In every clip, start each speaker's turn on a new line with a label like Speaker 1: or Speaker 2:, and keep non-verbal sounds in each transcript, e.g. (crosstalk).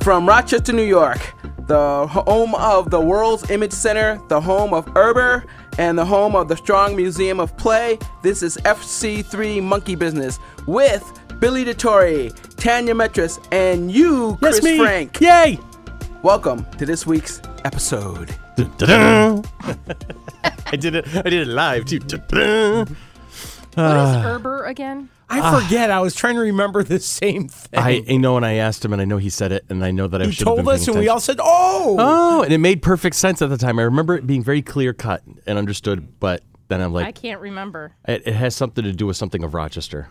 Speaker 1: From Rochester, New York, the home of the World's Image Center, the home of Erber, and the home of the Strong Museum of Play, this is FC3 Monkey Business with Billy DeTore, Tanya Metris, and you, Chris
Speaker 2: me.
Speaker 1: Frank.
Speaker 2: Yay!
Speaker 1: Welcome to this week's episode.
Speaker 2: Dun-dun-dun. I did it. I did it live too. Dun-dun.
Speaker 3: What is
Speaker 2: Uh,
Speaker 3: Erber again?
Speaker 4: I forget. I was trying to remember the same thing.
Speaker 2: Ah. I, I know, and I asked him, and I know he said it, and I know that I
Speaker 4: you
Speaker 2: should
Speaker 4: told
Speaker 2: have been
Speaker 4: us,
Speaker 2: paying
Speaker 4: and we all
Speaker 2: attention.
Speaker 4: said, "Oh,
Speaker 2: Oh, and it made perfect sense at the time. I remember it being very clear cut and understood, but then I'm
Speaker 3: I
Speaker 2: like,
Speaker 3: can't remember.
Speaker 2: it, it has something to do with something of Rochester.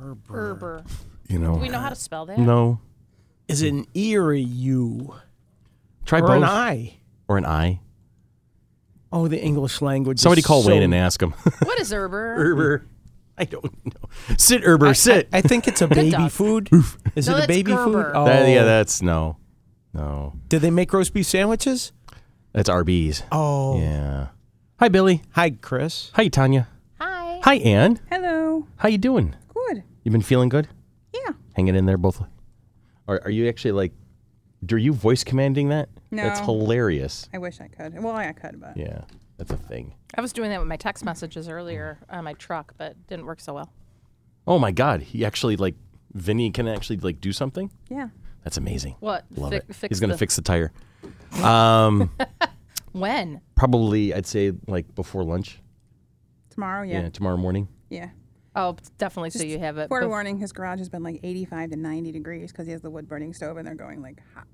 Speaker 3: Erber.
Speaker 2: You
Speaker 3: Do
Speaker 2: know?
Speaker 3: we know how to spell that?
Speaker 2: No.
Speaker 4: is it an eerie you
Speaker 2: Try
Speaker 4: or
Speaker 2: both.
Speaker 4: an I?
Speaker 2: Or an I.
Speaker 4: Oh, the English language. is
Speaker 2: Somebody call
Speaker 4: so-
Speaker 2: Wayne and ask him. (laughs)
Speaker 3: What is Erber?
Speaker 2: Erber. I don't know. Sit, Erber, sit.
Speaker 4: I think it's a baby
Speaker 3: dog.
Speaker 4: food. Is
Speaker 3: No,
Speaker 4: it a
Speaker 3: that's
Speaker 4: baby food?
Speaker 3: Gerber.
Speaker 4: Oh,
Speaker 2: That- yeah, that's no. No.
Speaker 4: Do they make roast beef sandwiches?
Speaker 2: That's RB's.
Speaker 4: Oh,
Speaker 2: Yeah. Hi, Billy.
Speaker 4: hi, Chris.
Speaker 2: Hi, Tanya.
Speaker 3: Hi.
Speaker 2: Hi, Ann.
Speaker 5: Hello.
Speaker 2: How you doing?
Speaker 5: Good.
Speaker 2: You been feeling good?
Speaker 5: Yeah.
Speaker 2: Hanging in there, both. Are, are you actually like? Are you voice commanding that? That's
Speaker 5: No.
Speaker 2: hilarious.
Speaker 5: I wish I could. Well, I could, but
Speaker 2: Yeah, that's a thing.
Speaker 3: I was doing that with my text messages earlier on my truck, but it didn't work so well.
Speaker 2: Oh my God, he actually like Vinny can actually like do something.
Speaker 5: yeah.
Speaker 2: That's amazing.
Speaker 3: What?
Speaker 2: Love
Speaker 3: Fi-
Speaker 2: it.
Speaker 3: fix
Speaker 2: He's gonna
Speaker 3: the-
Speaker 2: fix the tire. Um,
Speaker 3: When?
Speaker 2: probably I'd say like before lunch.
Speaker 5: Tomorrow, yeah. Yeah.
Speaker 2: tomorrow morning.
Speaker 3: Oh, definitely. so you have it.
Speaker 5: Forewarning,
Speaker 3: bef-
Speaker 5: his garage has been like 85 to 90 degrees because he has the wood burning stove and they're going like hot.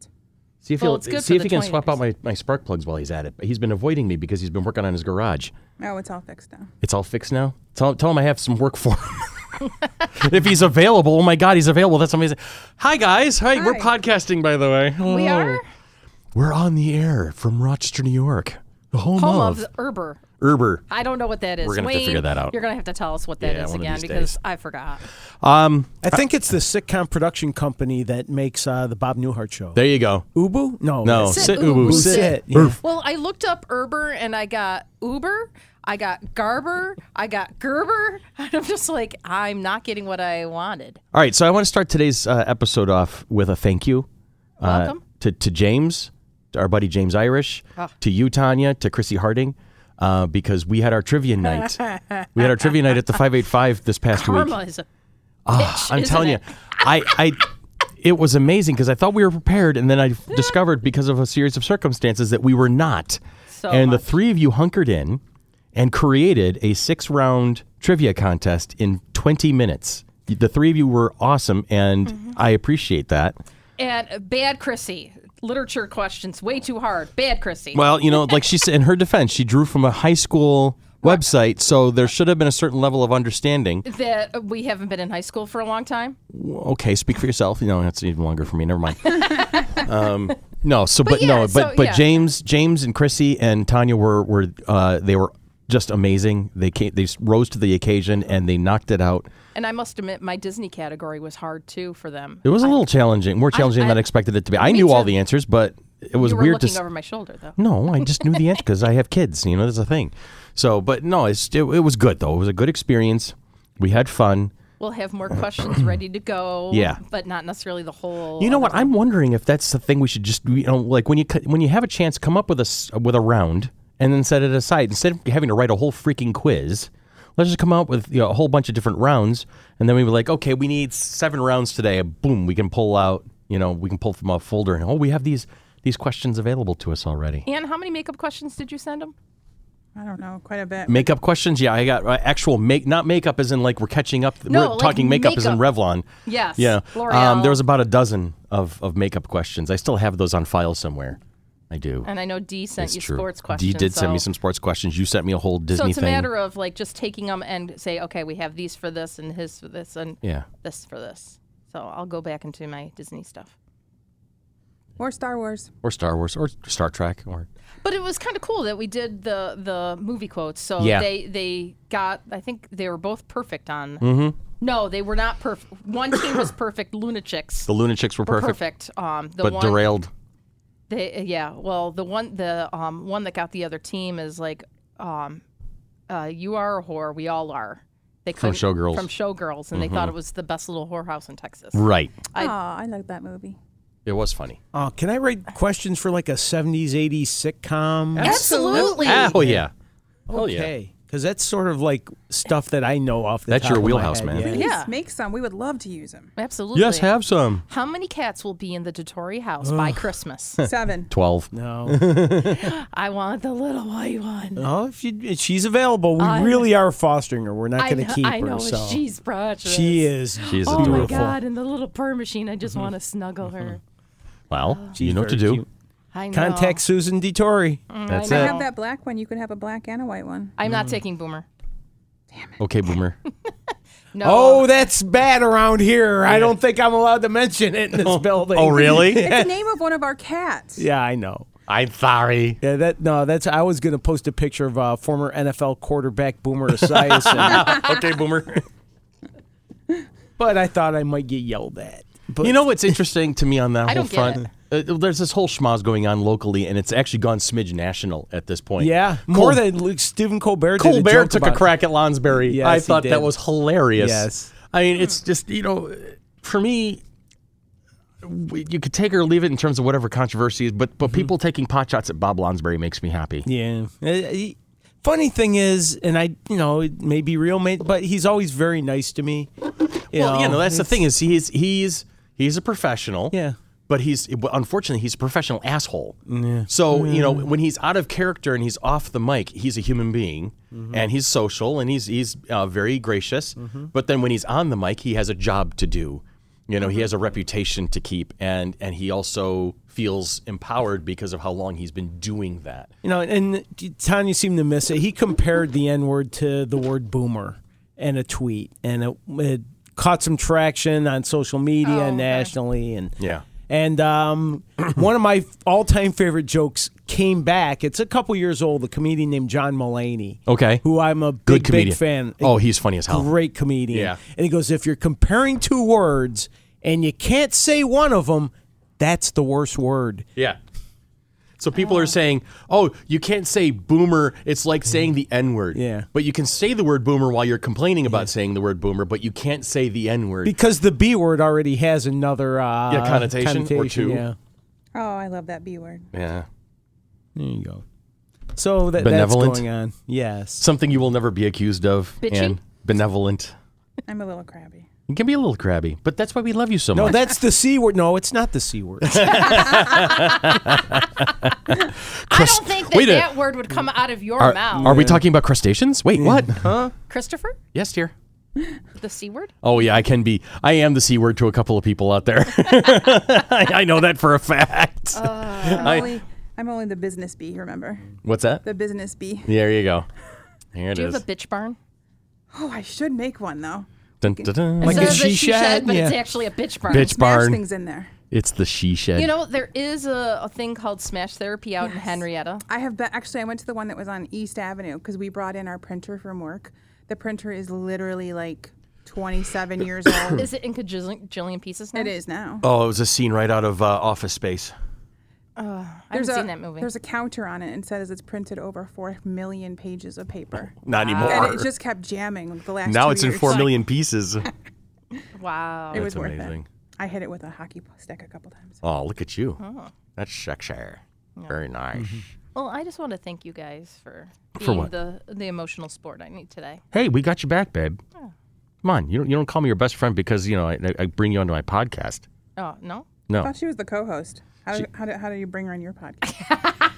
Speaker 2: See if
Speaker 3: Well, it's
Speaker 2: he'll
Speaker 3: good
Speaker 2: see
Speaker 3: for
Speaker 2: if
Speaker 3: the
Speaker 2: he can swap out
Speaker 3: 20
Speaker 2: my, my spark plugs while he's at it. But he's been avoiding me because he's been working on his garage.
Speaker 5: Oh, it's all fixed now.
Speaker 2: It's all fixed now. Tell, tell him I have some work for him. (laughs) if he's available, oh my God, he's available. That's amazing. Hi, guys. Hi, we're
Speaker 5: Hi.
Speaker 2: podcasting, by the way.
Speaker 3: we
Speaker 2: Hello.
Speaker 3: are
Speaker 2: We're on the air from Rochester, New York, the home,
Speaker 3: home
Speaker 2: of,
Speaker 3: of the Erber.
Speaker 2: Erber.
Speaker 3: I don't know what that is.
Speaker 2: We're gonna have to
Speaker 3: Wayne,
Speaker 2: figure that out.
Speaker 3: You're gonna have to tell us what that is
Speaker 2: Yeah, one of
Speaker 3: again
Speaker 2: these
Speaker 3: because
Speaker 2: days.
Speaker 3: I forgot.
Speaker 2: Um,
Speaker 4: I think it's the sitcom production company that makes uh, the Bob Newhart show.
Speaker 2: there you go.
Speaker 4: Ubu? No.
Speaker 2: No,
Speaker 3: Sit,
Speaker 2: Oh, sit,
Speaker 3: Ubu,
Speaker 2: Ubu,
Speaker 3: sit.
Speaker 2: sit.
Speaker 4: Sit. yeah.
Speaker 3: Well, I looked up Erber and I got Uber, I got Garber, I got Gerber. (laughs) And I'm just like, I'm not getting what I wanted.
Speaker 2: All right, so I want to start today's uh, episode off with a thank you. uh,
Speaker 3: Welcome. Ah.
Speaker 2: to, to James, to our buddy James Irish, to you, Tanya, to Chrissy Harding, uh, because we had our trivia
Speaker 3: (laughs)
Speaker 2: night. we had our trivia night at the 585 this past
Speaker 3: Karma
Speaker 2: week.
Speaker 3: is a bitch,
Speaker 2: Ah, I'm
Speaker 3: isn't
Speaker 2: telling
Speaker 3: it?
Speaker 2: you, I, I, it was amazing because I thought we were prepared, and then
Speaker 3: (laughs)
Speaker 2: I discovered because of a series of circumstances that we were not.
Speaker 3: So
Speaker 2: and
Speaker 3: much.
Speaker 2: the three of you hunkered in and created a six round trivia contest in 20 minutes. The three of you were awesome, and
Speaker 3: Mm-hmm.
Speaker 2: I appreciate that.
Speaker 3: And bad Chrissy. Literature questions way too hard. Bad Chrissy.
Speaker 2: Well,
Speaker 3: (laughs)
Speaker 2: you know, like she said, in her defense, she drew from a high school website, so there should have been a certain level of understanding.
Speaker 3: that we haven't been in high school for a long time.
Speaker 2: Okay, speak for yourself. You know, that's even longer for me. Never
Speaker 3: (laughs)
Speaker 2: mind. um, no, so but,
Speaker 3: yeah,
Speaker 2: no, but
Speaker 3: so,
Speaker 2: but
Speaker 3: yeah.
Speaker 2: James, James and Chrissy and Tanya were were uh, they were just amazing. They came, they rose to the occasion and they knocked it out.
Speaker 3: And I must admit, my Disney category was hard too for them.
Speaker 2: It was a little challenging, more challenging than I expected it to be. I knew all
Speaker 3: too.
Speaker 2: the answers, but it was
Speaker 3: You were
Speaker 2: weird to
Speaker 3: looking
Speaker 2: s-
Speaker 3: over my shoulder though.
Speaker 2: No, I just knew the answer because I have kids. You know, that's a thing. So, but no, it's, it, it was good though. It was a good experience. We had fun.
Speaker 3: We'll have
Speaker 2: (clears throat)
Speaker 3: more questions ready to go.
Speaker 2: Yeah.
Speaker 3: but not necessarily the whole.
Speaker 2: You know what?
Speaker 3: other-
Speaker 2: I'm wondering if that's the thing we should just you know like when you c- when you have a chance, come up with a s- with a round and then set it aside instead of having to write a whole freaking quiz. Let's just come out with you know, a whole bunch of different rounds, and then we were like, okay, we need seven rounds today. Boom, we can pull out. You know, we can pull from a folder, and oh, we have these these questions available to us already.
Speaker 3: Anne, how many makeup questions did you send them?
Speaker 5: I don't know, quite a bit.
Speaker 2: Makeup questions? Yeah, I got uh, actual make, not makeup as in like we're catching up.
Speaker 3: No,
Speaker 2: we're
Speaker 3: like
Speaker 2: talking makeup, as in
Speaker 3: makeup.
Speaker 2: Revlon.
Speaker 3: Yes.
Speaker 2: Yeah. Um,
Speaker 3: L'Oreal.
Speaker 2: there was about a dozen of, of makeup questions. I still have those on file somewhere. I do.
Speaker 3: And I know D sent
Speaker 2: it's
Speaker 3: you
Speaker 2: true.
Speaker 3: sports questions.
Speaker 2: D did send me
Speaker 3: so-
Speaker 2: some sports questions. You sent me a whole Disney
Speaker 3: So it's a
Speaker 2: thing.
Speaker 3: matter of like just taking them and say, okay, we have these for this and his for this and
Speaker 2: yeah.
Speaker 3: this for this. So I'll go back into my Disney stuff.
Speaker 5: Or Star Wars.
Speaker 2: Or Star Wars or Star Trek or
Speaker 3: But it was kind of cool that we did the the movie quotes. So
Speaker 2: Yeah.
Speaker 3: they they got I think they were both perfect on.
Speaker 2: Mm-hmm.
Speaker 3: No, they were not perfect. One team was perfect. Lunatics
Speaker 2: the Luna Chicks were
Speaker 3: were
Speaker 2: perfect,
Speaker 3: perfect. Um, the
Speaker 2: but
Speaker 3: one
Speaker 2: derailed.
Speaker 3: they yeah. Well, the one the um one that got the other team is like um, uh, you are a whore. We all are. They
Speaker 2: From
Speaker 3: couldn't-
Speaker 2: Showgirls. Mm-hmm.
Speaker 3: From Showgirls, and they thought it was the best little whorehouse in Texas.
Speaker 2: Right.
Speaker 5: Oh,
Speaker 3: I-
Speaker 5: I like that movie.
Speaker 2: It was funny.
Speaker 4: Uh, can I write questions for like a 70s, 80s sitcom?
Speaker 3: Absolutely.
Speaker 2: Oh yeah. Oh yeah.
Speaker 4: Okay. Because that's sort of like stuff that I know off the
Speaker 2: That's
Speaker 4: top
Speaker 2: your
Speaker 4: of my
Speaker 2: wheelhouse,
Speaker 4: head,
Speaker 2: man.
Speaker 4: yeah.
Speaker 3: (laughs)
Speaker 5: Please
Speaker 3: Yeah.
Speaker 5: make some. We would love to use them.
Speaker 3: Absolutely.
Speaker 2: Yes, have some.
Speaker 3: How many cats will be in the Dottori house by
Speaker 4: (laughs)
Speaker 3: Christmas?
Speaker 2: (laughs)
Speaker 5: Seven.
Speaker 2: Twelve.
Speaker 4: No.
Speaker 3: I want the little white one.
Speaker 4: no if, you, if she's available, we
Speaker 3: I-
Speaker 4: really are fostering her. We're not
Speaker 3: I
Speaker 4: going
Speaker 3: know,
Speaker 4: to keep
Speaker 3: I
Speaker 4: her.
Speaker 3: know
Speaker 4: so
Speaker 3: she's precious.
Speaker 4: she is. Mm-hmm.
Speaker 2: She's
Speaker 3: oh
Speaker 2: adorable.
Speaker 3: my god, and the little purr machine. I just want to snuggle her.
Speaker 2: Well, you know what to
Speaker 4: very
Speaker 2: do.
Speaker 4: cute.
Speaker 3: I know. Mm,
Speaker 4: Contact Susan DeTore.
Speaker 2: That's
Speaker 3: I
Speaker 5: I
Speaker 2: it.
Speaker 3: know.
Speaker 5: have that black one. You could have a black and a white one.
Speaker 3: I'm
Speaker 4: Mm.
Speaker 3: not taking Boomer.
Speaker 2: Okay, boomer.
Speaker 3: No.
Speaker 4: Oh, that's bad around here. I don't think I'm allowed to mention it in
Speaker 2: (laughs)
Speaker 4: this building.
Speaker 2: Oh,
Speaker 5: (laughs)
Speaker 2: really? (laughs)
Speaker 5: It's the name of one of our cats.
Speaker 4: (laughs) Yeah, I know.
Speaker 2: I'm sorry.
Speaker 4: Yeah, that no, that's I was going to post a picture of uh, former NFL quarterback Boomer
Speaker 2: (laughs)
Speaker 4: Esiason,
Speaker 3: Ah.
Speaker 2: okay, boomer.
Speaker 4: but I thought I might get yelled at. (laughs) But
Speaker 2: You know what's interesting to me on that
Speaker 3: I
Speaker 2: whole
Speaker 3: don't get
Speaker 2: front? Uh, there's this whole schmoz going on locally, and it's actually gone smidge national at this point.
Speaker 4: yeah, more than like, Stephen Colbert. did
Speaker 2: Colbert
Speaker 4: joke
Speaker 2: took a
Speaker 4: about it.
Speaker 2: crack at Lonsberry.
Speaker 4: Yes,
Speaker 2: I
Speaker 4: he
Speaker 2: thought that
Speaker 4: did.
Speaker 2: was hilarious.
Speaker 4: Yes.
Speaker 2: I mean, it's just you know, for me, we- you could take or leave it in terms of whatever controversy is. But but
Speaker 4: Mm-hmm.
Speaker 2: people taking pot shots at Bob Lonsberry makes me happy.
Speaker 4: Yeah. Uh, he- Funny thing is, and I, you know, it may be real, may- but he's always very nice to me. You
Speaker 2: well, you know, that's the
Speaker 4: it's-
Speaker 2: thing is he's he's he's a professional.
Speaker 4: Yeah.
Speaker 2: But he's but unfortunately he's a professional asshole. So you know when he's out of character and he's off the mic, he's a human being
Speaker 4: Mm-hmm.
Speaker 2: and he's social and he's he's uh, very gracious. But then when he's on the mic, he has a job to do. You know
Speaker 4: Mm-hmm.
Speaker 2: he has a reputation to keep and and he also feels empowered because of how long he's been doing that.
Speaker 4: You know, and Tanya seemed to miss it. He compared the N word to the word boomer in a tweet, and it, it caught some traction on social media
Speaker 2: Oh,
Speaker 4: and nationally. And
Speaker 2: Yeah.
Speaker 4: and
Speaker 2: (clears throat)
Speaker 4: um, one of my all time favorite jokes came back. It's a couple years old. A comedian named John Mulaney,
Speaker 2: Okay.
Speaker 4: who I'm a big,
Speaker 2: Good comedian.
Speaker 4: big fan.
Speaker 2: Oh, he's funny as hell.
Speaker 4: great comedian.
Speaker 2: Yeah.
Speaker 4: And he goes, if you're comparing two words and you can't say one of them, that's the worst word.
Speaker 2: Yeah. So people are saying, "Oh, you can't say boomer. It's like
Speaker 3: Mm-hmm.
Speaker 2: saying the n-word."
Speaker 4: Yeah.
Speaker 2: But you can say the word boomer while you're complaining about saying the word boomer, but you can't say the n-word.
Speaker 4: Because the B word already has another uh,
Speaker 2: Yeah, connotation or two.
Speaker 4: Yeah.
Speaker 5: Oh, I love that B word.
Speaker 2: yeah.
Speaker 4: There you go. So that, that's
Speaker 2: Benevolent?
Speaker 4: going on. Yes.
Speaker 2: Something you will never be accused of
Speaker 3: Bitchy?
Speaker 2: and benevolent.
Speaker 5: I'm a little crabby.
Speaker 2: You can be a little crabby, but that's why we love you so
Speaker 4: No,
Speaker 2: much.
Speaker 4: that's the C word. No, it's not the C
Speaker 2: (laughs)
Speaker 4: word.
Speaker 3: I don't think that
Speaker 2: Wait a-
Speaker 3: that word would come out of your
Speaker 2: are,
Speaker 3: mouth.
Speaker 2: are we talking about crustaceans? Wait, what? Huh?
Speaker 3: Christopher,
Speaker 2: Yes, dear.
Speaker 3: the C word?
Speaker 2: Oh yeah, I can be. I am the c word to a couple of people out there. (laughs) I, I know that for a fact.
Speaker 3: Uh.
Speaker 2: (laughs)
Speaker 5: I'm,
Speaker 2: I-
Speaker 5: only, I'm only the business bee, remember?
Speaker 2: What's that?
Speaker 5: The business bee.
Speaker 2: There you go. Here it is.
Speaker 3: Do you have a bitch barn?
Speaker 5: Oh, I should make one, though.
Speaker 2: Dun, dun, dun.
Speaker 4: Like
Speaker 3: it
Speaker 4: a
Speaker 3: says
Speaker 4: she shed?
Speaker 3: but it's
Speaker 4: Yeah.
Speaker 3: actually a bitch barn.
Speaker 2: Bitch
Speaker 5: Smash
Speaker 2: barn.
Speaker 5: things in there.
Speaker 2: It's the she shed.
Speaker 3: You know, there is a, a thing called Smash Therapy out in Henrietta.
Speaker 5: I have been, actually, I went to the one that was on East Avenue because we brought in our printer from work. The printer is literally like 27 years
Speaker 2: (coughs)
Speaker 5: old.
Speaker 3: Is it in gajillion pieces now?
Speaker 5: it is now.
Speaker 2: oh, it was a scene right out of uh, Office Space.
Speaker 3: I haven't
Speaker 5: a,
Speaker 3: seen that movie.
Speaker 5: There's a counter on it and says it's printed over 4 million pages of paper.
Speaker 2: Not
Speaker 5: and
Speaker 2: anymore.
Speaker 5: it just kept jamming the
Speaker 2: (laughs)
Speaker 5: last
Speaker 2: now
Speaker 5: two
Speaker 2: it's in
Speaker 5: years.
Speaker 2: four million pieces.
Speaker 3: Wow.
Speaker 5: It was
Speaker 2: That's
Speaker 5: worth
Speaker 2: amazing.
Speaker 5: it. I hit it with a hockey stick a couple times.
Speaker 2: oh, look at you. That's Shakespeare. Very nice.
Speaker 3: Well, I just want to thank you guys for being
Speaker 2: what?
Speaker 3: the the emotional sport I need today.
Speaker 2: Hey, we got you back, babe. Come on, you don't, you don't call me your best friend because you know I, I- I bring you onto my podcast.
Speaker 3: Oh no,
Speaker 5: I
Speaker 2: No,
Speaker 5: thought she was the co-host. How, did, how, did, how do you bring her on
Speaker 3: (laughs)
Speaker 5: your podcast?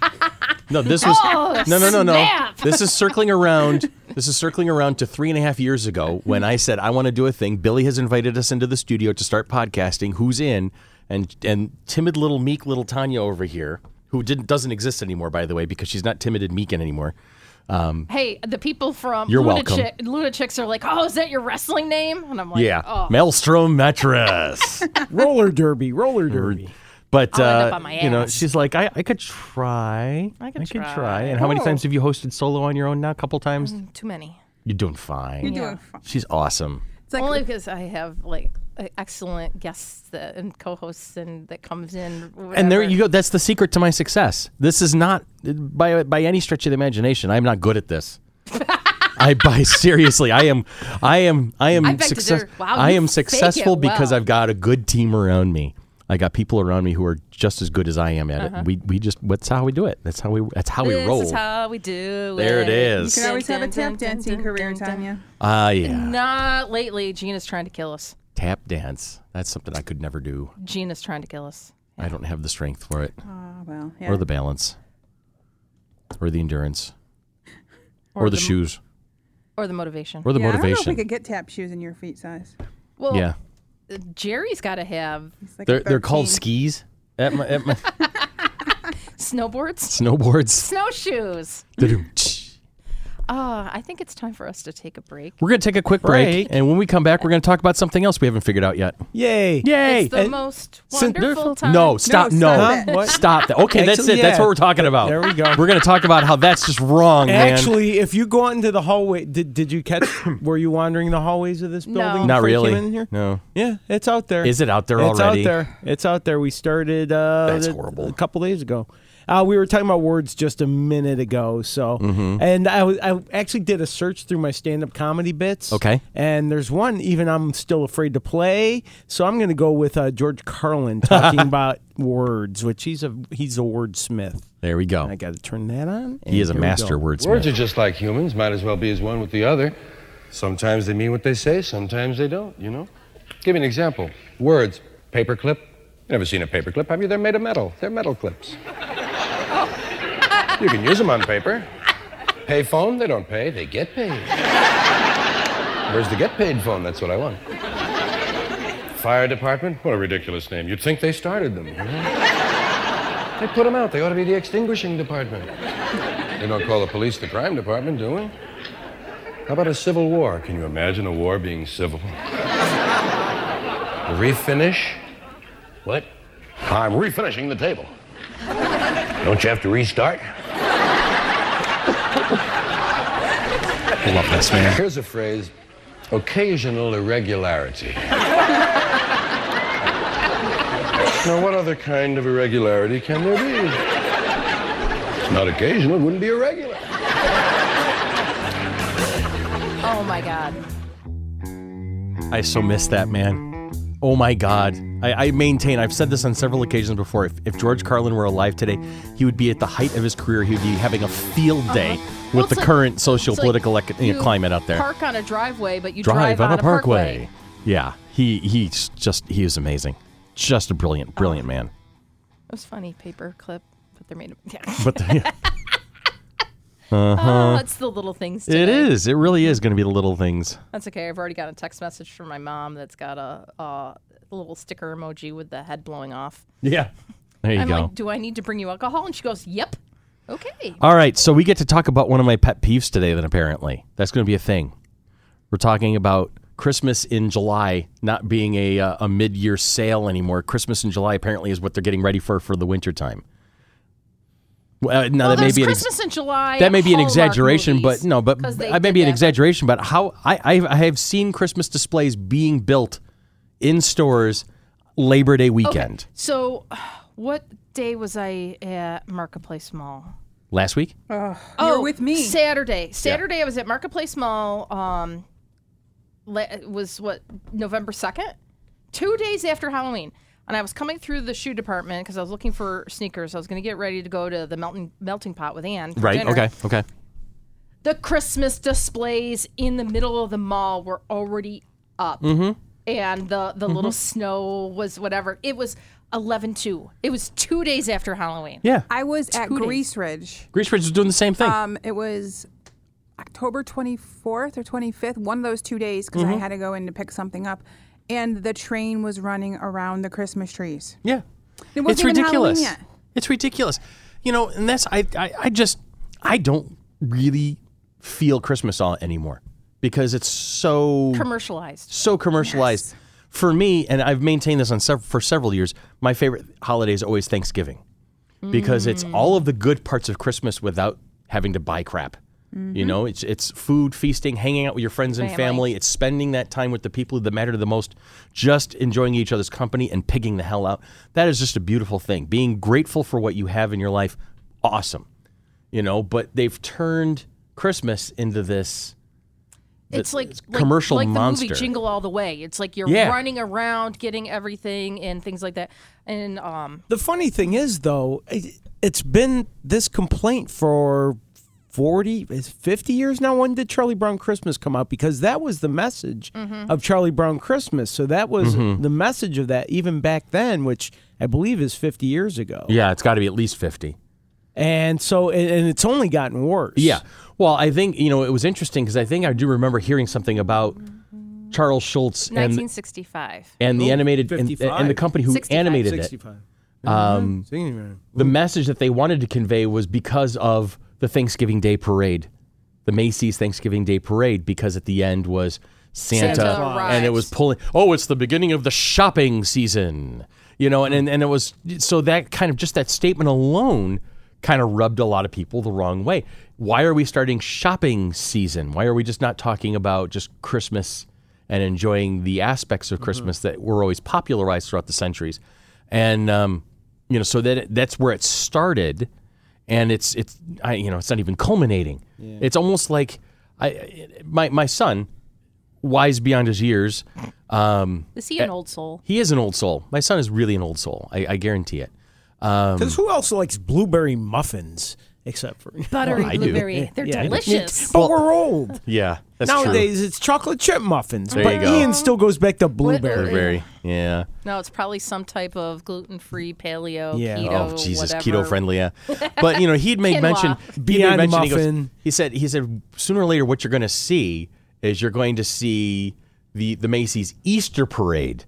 Speaker 2: no, this was
Speaker 3: Oh,
Speaker 2: no, no, no, no. This is circling around. This is circling around to three and a half years ago when I said I want to do a thing. Billy has invited us into the studio to start podcasting. Who's in? And and timid little meek little Tanya over here, who didn't doesn't exist anymore by the way because she's not timid and meek anymore.
Speaker 3: Hey, the people from
Speaker 2: Mm. You're
Speaker 3: Luna,
Speaker 2: welcome.
Speaker 3: Chi- Luna Chicks are like, oh, is that your wrestling name? And I'm like,
Speaker 2: Yeah,
Speaker 3: oh,
Speaker 2: Maelstrom
Speaker 3: (laughs)
Speaker 2: mattress.
Speaker 4: roller derby, roller derby.
Speaker 2: But
Speaker 3: I'll end up
Speaker 2: uh,
Speaker 3: on my
Speaker 2: you know,
Speaker 3: ass.
Speaker 2: she's like, I, I could try.
Speaker 3: I could try. Mm-hmm.
Speaker 2: And how many
Speaker 3: Oh.
Speaker 2: times have you hosted solo on your own now? A couple times.
Speaker 3: too many.
Speaker 2: You're doing fine.
Speaker 5: You're doing fine.
Speaker 2: She's awesome.
Speaker 5: It's like
Speaker 3: Only because I have like uh, excellent guests that, and co-hosts and that comes in.
Speaker 2: And there
Speaker 3: whatever.
Speaker 2: you go. That's the secret to my success. This is not by by any stretch of the imagination. I'm not good at this. I by (laughs) seriously, I am, I am, I am
Speaker 3: beg to
Speaker 2: success.
Speaker 3: differ. Wow,
Speaker 2: I
Speaker 3: you
Speaker 2: am
Speaker 3: fake it
Speaker 2: successful because
Speaker 3: well.
Speaker 2: I've got a good team around me. I got people around me who are just as good as I am at it. We we just that's how we do it. That's how we that's how we
Speaker 3: This
Speaker 2: roll.
Speaker 3: is how we do
Speaker 2: There it
Speaker 3: it.
Speaker 2: is.
Speaker 5: You can always have a
Speaker 3: Dun, dun,
Speaker 5: tap
Speaker 3: dun,
Speaker 5: dancing
Speaker 3: dun,
Speaker 5: career,
Speaker 3: dun, dun.
Speaker 5: Tanya.
Speaker 2: Ah, yeah.
Speaker 3: Not lately. Gina's trying to kill us.
Speaker 2: Tap dance. That's something I could never do.
Speaker 3: Gina's trying to kill us.
Speaker 2: I don't have the strength for it,
Speaker 5: Oh, well. Yeah.
Speaker 2: or the balance, or the endurance, or, the,
Speaker 3: the-
Speaker 2: shoes,
Speaker 3: Or the motivation.
Speaker 2: or the
Speaker 5: Yeah, I don't know if we
Speaker 2: motivation.
Speaker 5: could get tap shoes in your feet size.
Speaker 3: Well,
Speaker 2: yeah,
Speaker 3: Jerry's got to have
Speaker 5: It's like a
Speaker 2: they're they're called
Speaker 5: 13.
Speaker 2: skis. At my, at my (laughs)
Speaker 3: snowboards, (laughs)
Speaker 2: snowboards.
Speaker 3: snowshoes.
Speaker 2: We're
Speaker 3: Oh, I think it's time for us to take a break.
Speaker 2: gonna take a quick break,
Speaker 4: Break.
Speaker 2: and when we come back, we're gonna talk about something else we haven't figured out yet.
Speaker 4: Yay!
Speaker 2: Yay!
Speaker 3: It's the
Speaker 4: and-
Speaker 3: most
Speaker 2: Sin-
Speaker 3: wonderful time.
Speaker 2: No, stop! No,
Speaker 5: stop
Speaker 4: it. Huh? What?
Speaker 2: stop that. Okay, that's
Speaker 4: Actually,
Speaker 2: it. That's
Speaker 4: yeah.
Speaker 2: what we're talking about.
Speaker 4: There we go.
Speaker 2: We're gonna talk about how that's just wrong, man.
Speaker 4: Actually, if you go out into the hallway, did, did you
Speaker 2: (coughs)
Speaker 4: catch? were you wandering the hallways of this
Speaker 3: No.
Speaker 4: building?
Speaker 2: not
Speaker 4: before you came
Speaker 2: really.
Speaker 4: in here?
Speaker 2: No,
Speaker 4: Yeah, it's out there.
Speaker 2: Is it out there
Speaker 4: it's
Speaker 2: already?
Speaker 4: It's out there. It's out there. We started. Uh,
Speaker 2: That's
Speaker 4: th-
Speaker 2: horrible.
Speaker 4: A couple days ago. Uh, we were talking about words just a minute ago. So,
Speaker 2: Mm-hmm.
Speaker 4: and I, was- I actually did a search through my stand-up comedy bits.
Speaker 2: Okay.
Speaker 4: And there's one even I'm still afraid to play. So I'm going to go with uh, George Carlin
Speaker 2: (laughs)
Speaker 4: talking about words, which he's a he's a wordsmith.
Speaker 2: there we go.
Speaker 4: I got to turn that on.
Speaker 2: He is a
Speaker 4: and here we
Speaker 2: master
Speaker 4: go.
Speaker 2: wordsmith.
Speaker 6: Words are just like humans, might as well be as one with the other. Sometimes they mean what they say, sometimes they don't, you know? Give me an example. Words, paperclip. You never seen a paperclip, have you? They're made of metal. They're metal clips. You can use them on paper. Payphone, they don't pay, they get paid. Where's the get paid phone? That's what I want. Fire department? What a ridiculous name. You'd think they started them. you know? They put them out. They ought to be the extinguishing department. We don't call the police the crime department, do we? How about a civil war? Can you imagine a war being civil? (laughs) Refinish? What? I'm refinishing the table. (laughs) Don't you have to restart?
Speaker 2: I love this man.
Speaker 6: Here's a phrase occasional (laughs) irregularity. now, what other kind of irregularity can there be? It's not occasional, it wouldn't be irregular.
Speaker 3: Oh my God.
Speaker 2: I so miss that man. Oh my God. I, I maintain, I've said this on several occasions before. If, if George Carlin were alive today, he would be at the height of his career. He would be having a field day with
Speaker 3: Uh-huh. Well, it's
Speaker 2: the
Speaker 3: like-
Speaker 2: current social,
Speaker 3: it's like
Speaker 2: political ec- you know,
Speaker 3: you
Speaker 2: climate out there.
Speaker 3: Park on a driveway, but you
Speaker 2: Drive,
Speaker 3: drive,
Speaker 2: on, a parkway.
Speaker 3: parkway.
Speaker 2: Yeah, he he's just, he is amazing. Just a brilliant, brilliant man.
Speaker 3: It was funny, paper clip, but they're made of.
Speaker 2: (laughs)
Speaker 3: Yeah.
Speaker 2: But
Speaker 3: (laughs)
Speaker 2: the,
Speaker 3: Oh, it's the little things.
Speaker 2: Uh-huh. it
Speaker 3: today.
Speaker 2: is, it really is going to be the little things.
Speaker 3: That's okay. I've already got a text message from my mom that's got a, uh, little sticker emoji with the head blowing off.
Speaker 2: Yeah. There you
Speaker 3: I'm
Speaker 2: go.
Speaker 3: like, do I need to bring you alcohol? And she goes, yep. Okay.
Speaker 2: All right, so we get to talk about one of my pet peeves today. Then apparently that's going to be a thing. We're talking about Christmas in July not being a uh, a mid year sale anymore. Christmas in July apparently is what they're getting ready for for the winter time. Well, uh, now
Speaker 3: Well,
Speaker 2: that may
Speaker 3: there's
Speaker 2: be an ex-
Speaker 3: Christmas in July.
Speaker 2: that may be an
Speaker 3: Hallmark
Speaker 2: exaggeration,
Speaker 3: movies,
Speaker 2: but no, but
Speaker 3: 'cause they
Speaker 2: I may
Speaker 3: did
Speaker 2: be an
Speaker 3: that.
Speaker 2: exaggeration. But how I, I I have seen Christmas displays being built in stores Labor Day weekend
Speaker 3: So, what day was I at Marketplace Mall?
Speaker 2: last week.
Speaker 5: You're with me.
Speaker 3: Oh, Saturday. Saturday, I was at Marketplace Mall. Um, le- was what November second, two days after Halloween, and I was coming through the shoe department because I was looking for sneakers. I was going to get ready to go to the melting melting pot with Anne. for
Speaker 2: Right.
Speaker 3: dinner.
Speaker 2: Okay. Okay.
Speaker 3: The Christmas displays in the middle of the mall were already up,
Speaker 2: Mm-hmm.
Speaker 3: and the the little snow was whatever. It was 11-2. It was two days after Halloween.
Speaker 2: Yeah.
Speaker 5: I was at
Speaker 3: days.
Speaker 5: Grease Ridge.
Speaker 2: Grease Ridge is doing the same thing.
Speaker 5: Um, it was October 24th or 25th, one of those two days, because
Speaker 3: Mm-hmm.
Speaker 5: I had to go in to pick something up. And the train was running around the Christmas trees.
Speaker 2: Yeah.
Speaker 5: It wasn't
Speaker 2: it's
Speaker 5: even
Speaker 2: ridiculous.
Speaker 5: Halloween yet.
Speaker 2: It's ridiculous. You know, and that's I, I I just I don't really feel Christmas all anymore because it's so
Speaker 3: Commercialized.
Speaker 2: so commercialized. For me, and I've maintained this on sev- for several years, my favorite holiday is always Thanksgiving because it's all of the good parts of Christmas without having to buy crap. You know, it's it's food, feasting, hanging out with your friends and
Speaker 3: Family.
Speaker 2: family. It's spending that time with the people that matter the most, just enjoying each other's company and pigging the hell out. That is just a beautiful thing. Being grateful for what you have in your life, awesome. You know, but they've turned Christmas into this
Speaker 3: it's like like-
Speaker 2: commercial
Speaker 3: like, the
Speaker 2: monster.
Speaker 3: movie Jingle All the Way. It's like you're
Speaker 2: Yeah.
Speaker 3: running around getting everything and things like that. And um,
Speaker 4: The funny thing is, though, it, it's been this complaint for 40, is 50 years now. When did Charlie Brown Christmas come out? Because that was the message
Speaker 3: Mm-hmm.
Speaker 4: of Charlie Brown Christmas. So that was
Speaker 2: Mm-hmm.
Speaker 4: the message of that even back then, which I believe is 50 years ago.
Speaker 2: Yeah, it's got to be at least 50.
Speaker 4: And so, and and it's only gotten worse.
Speaker 2: Yeah. Well, I think, you know, it was interesting because I think I do remember hearing something about Charles Schultz and
Speaker 3: 1965.
Speaker 2: and the animated and,
Speaker 4: 55.
Speaker 2: and the company who
Speaker 3: 65.
Speaker 2: animated it.
Speaker 4: 65. Um,
Speaker 2: The message that they wanted to convey was because of the Thanksgiving Day parade, the Macy's Thanksgiving Day parade, because at the end was Santa,
Speaker 3: Santa
Speaker 2: and it was
Speaker 3: arrives.
Speaker 2: pulling. Oh, it's the beginning of the shopping season, you know, and, and and it was so that kind of just that statement alone kind of rubbed a lot of people the wrong way. Why are we starting shopping season? Why are we just not talking about just Christmas and enjoying the aspects of Christmas that were always popularized throughout the centuries? And um, you know, so that that's where it started, and it's it's I, you know it's not even culminating. It's almost like I my my son wise beyond his years. Um,
Speaker 3: Is he an old soul?
Speaker 2: he is an old soul. My son is really an old soul. I, I guarantee it. um,
Speaker 4: Because who else likes blueberry muffins except for.
Speaker 3: Buttery
Speaker 2: Oh, I do.
Speaker 3: blueberry. They're
Speaker 4: Yeah.
Speaker 3: delicious.
Speaker 4: But we're old.
Speaker 2: Yeah, that's
Speaker 4: Nowadays, it's chocolate chip muffins.
Speaker 2: There
Speaker 4: but
Speaker 2: you go.
Speaker 4: Ian still goes back to blueberry.
Speaker 2: Blueberry. Yeah.
Speaker 3: No, it's probably some type of gluten-free paleo
Speaker 4: Yeah.
Speaker 3: keto.
Speaker 2: Oh Jesus,
Speaker 3: whatever.
Speaker 2: keto friendly. Yeah. But you know, he'd made
Speaker 3: Quinoa.
Speaker 2: mention. He'd made
Speaker 4: Beyond
Speaker 2: mention. He, goes,
Speaker 4: muffin.
Speaker 2: he said. He said sooner or later, what you're going to see is you're going to see the the Macy's Easter Parade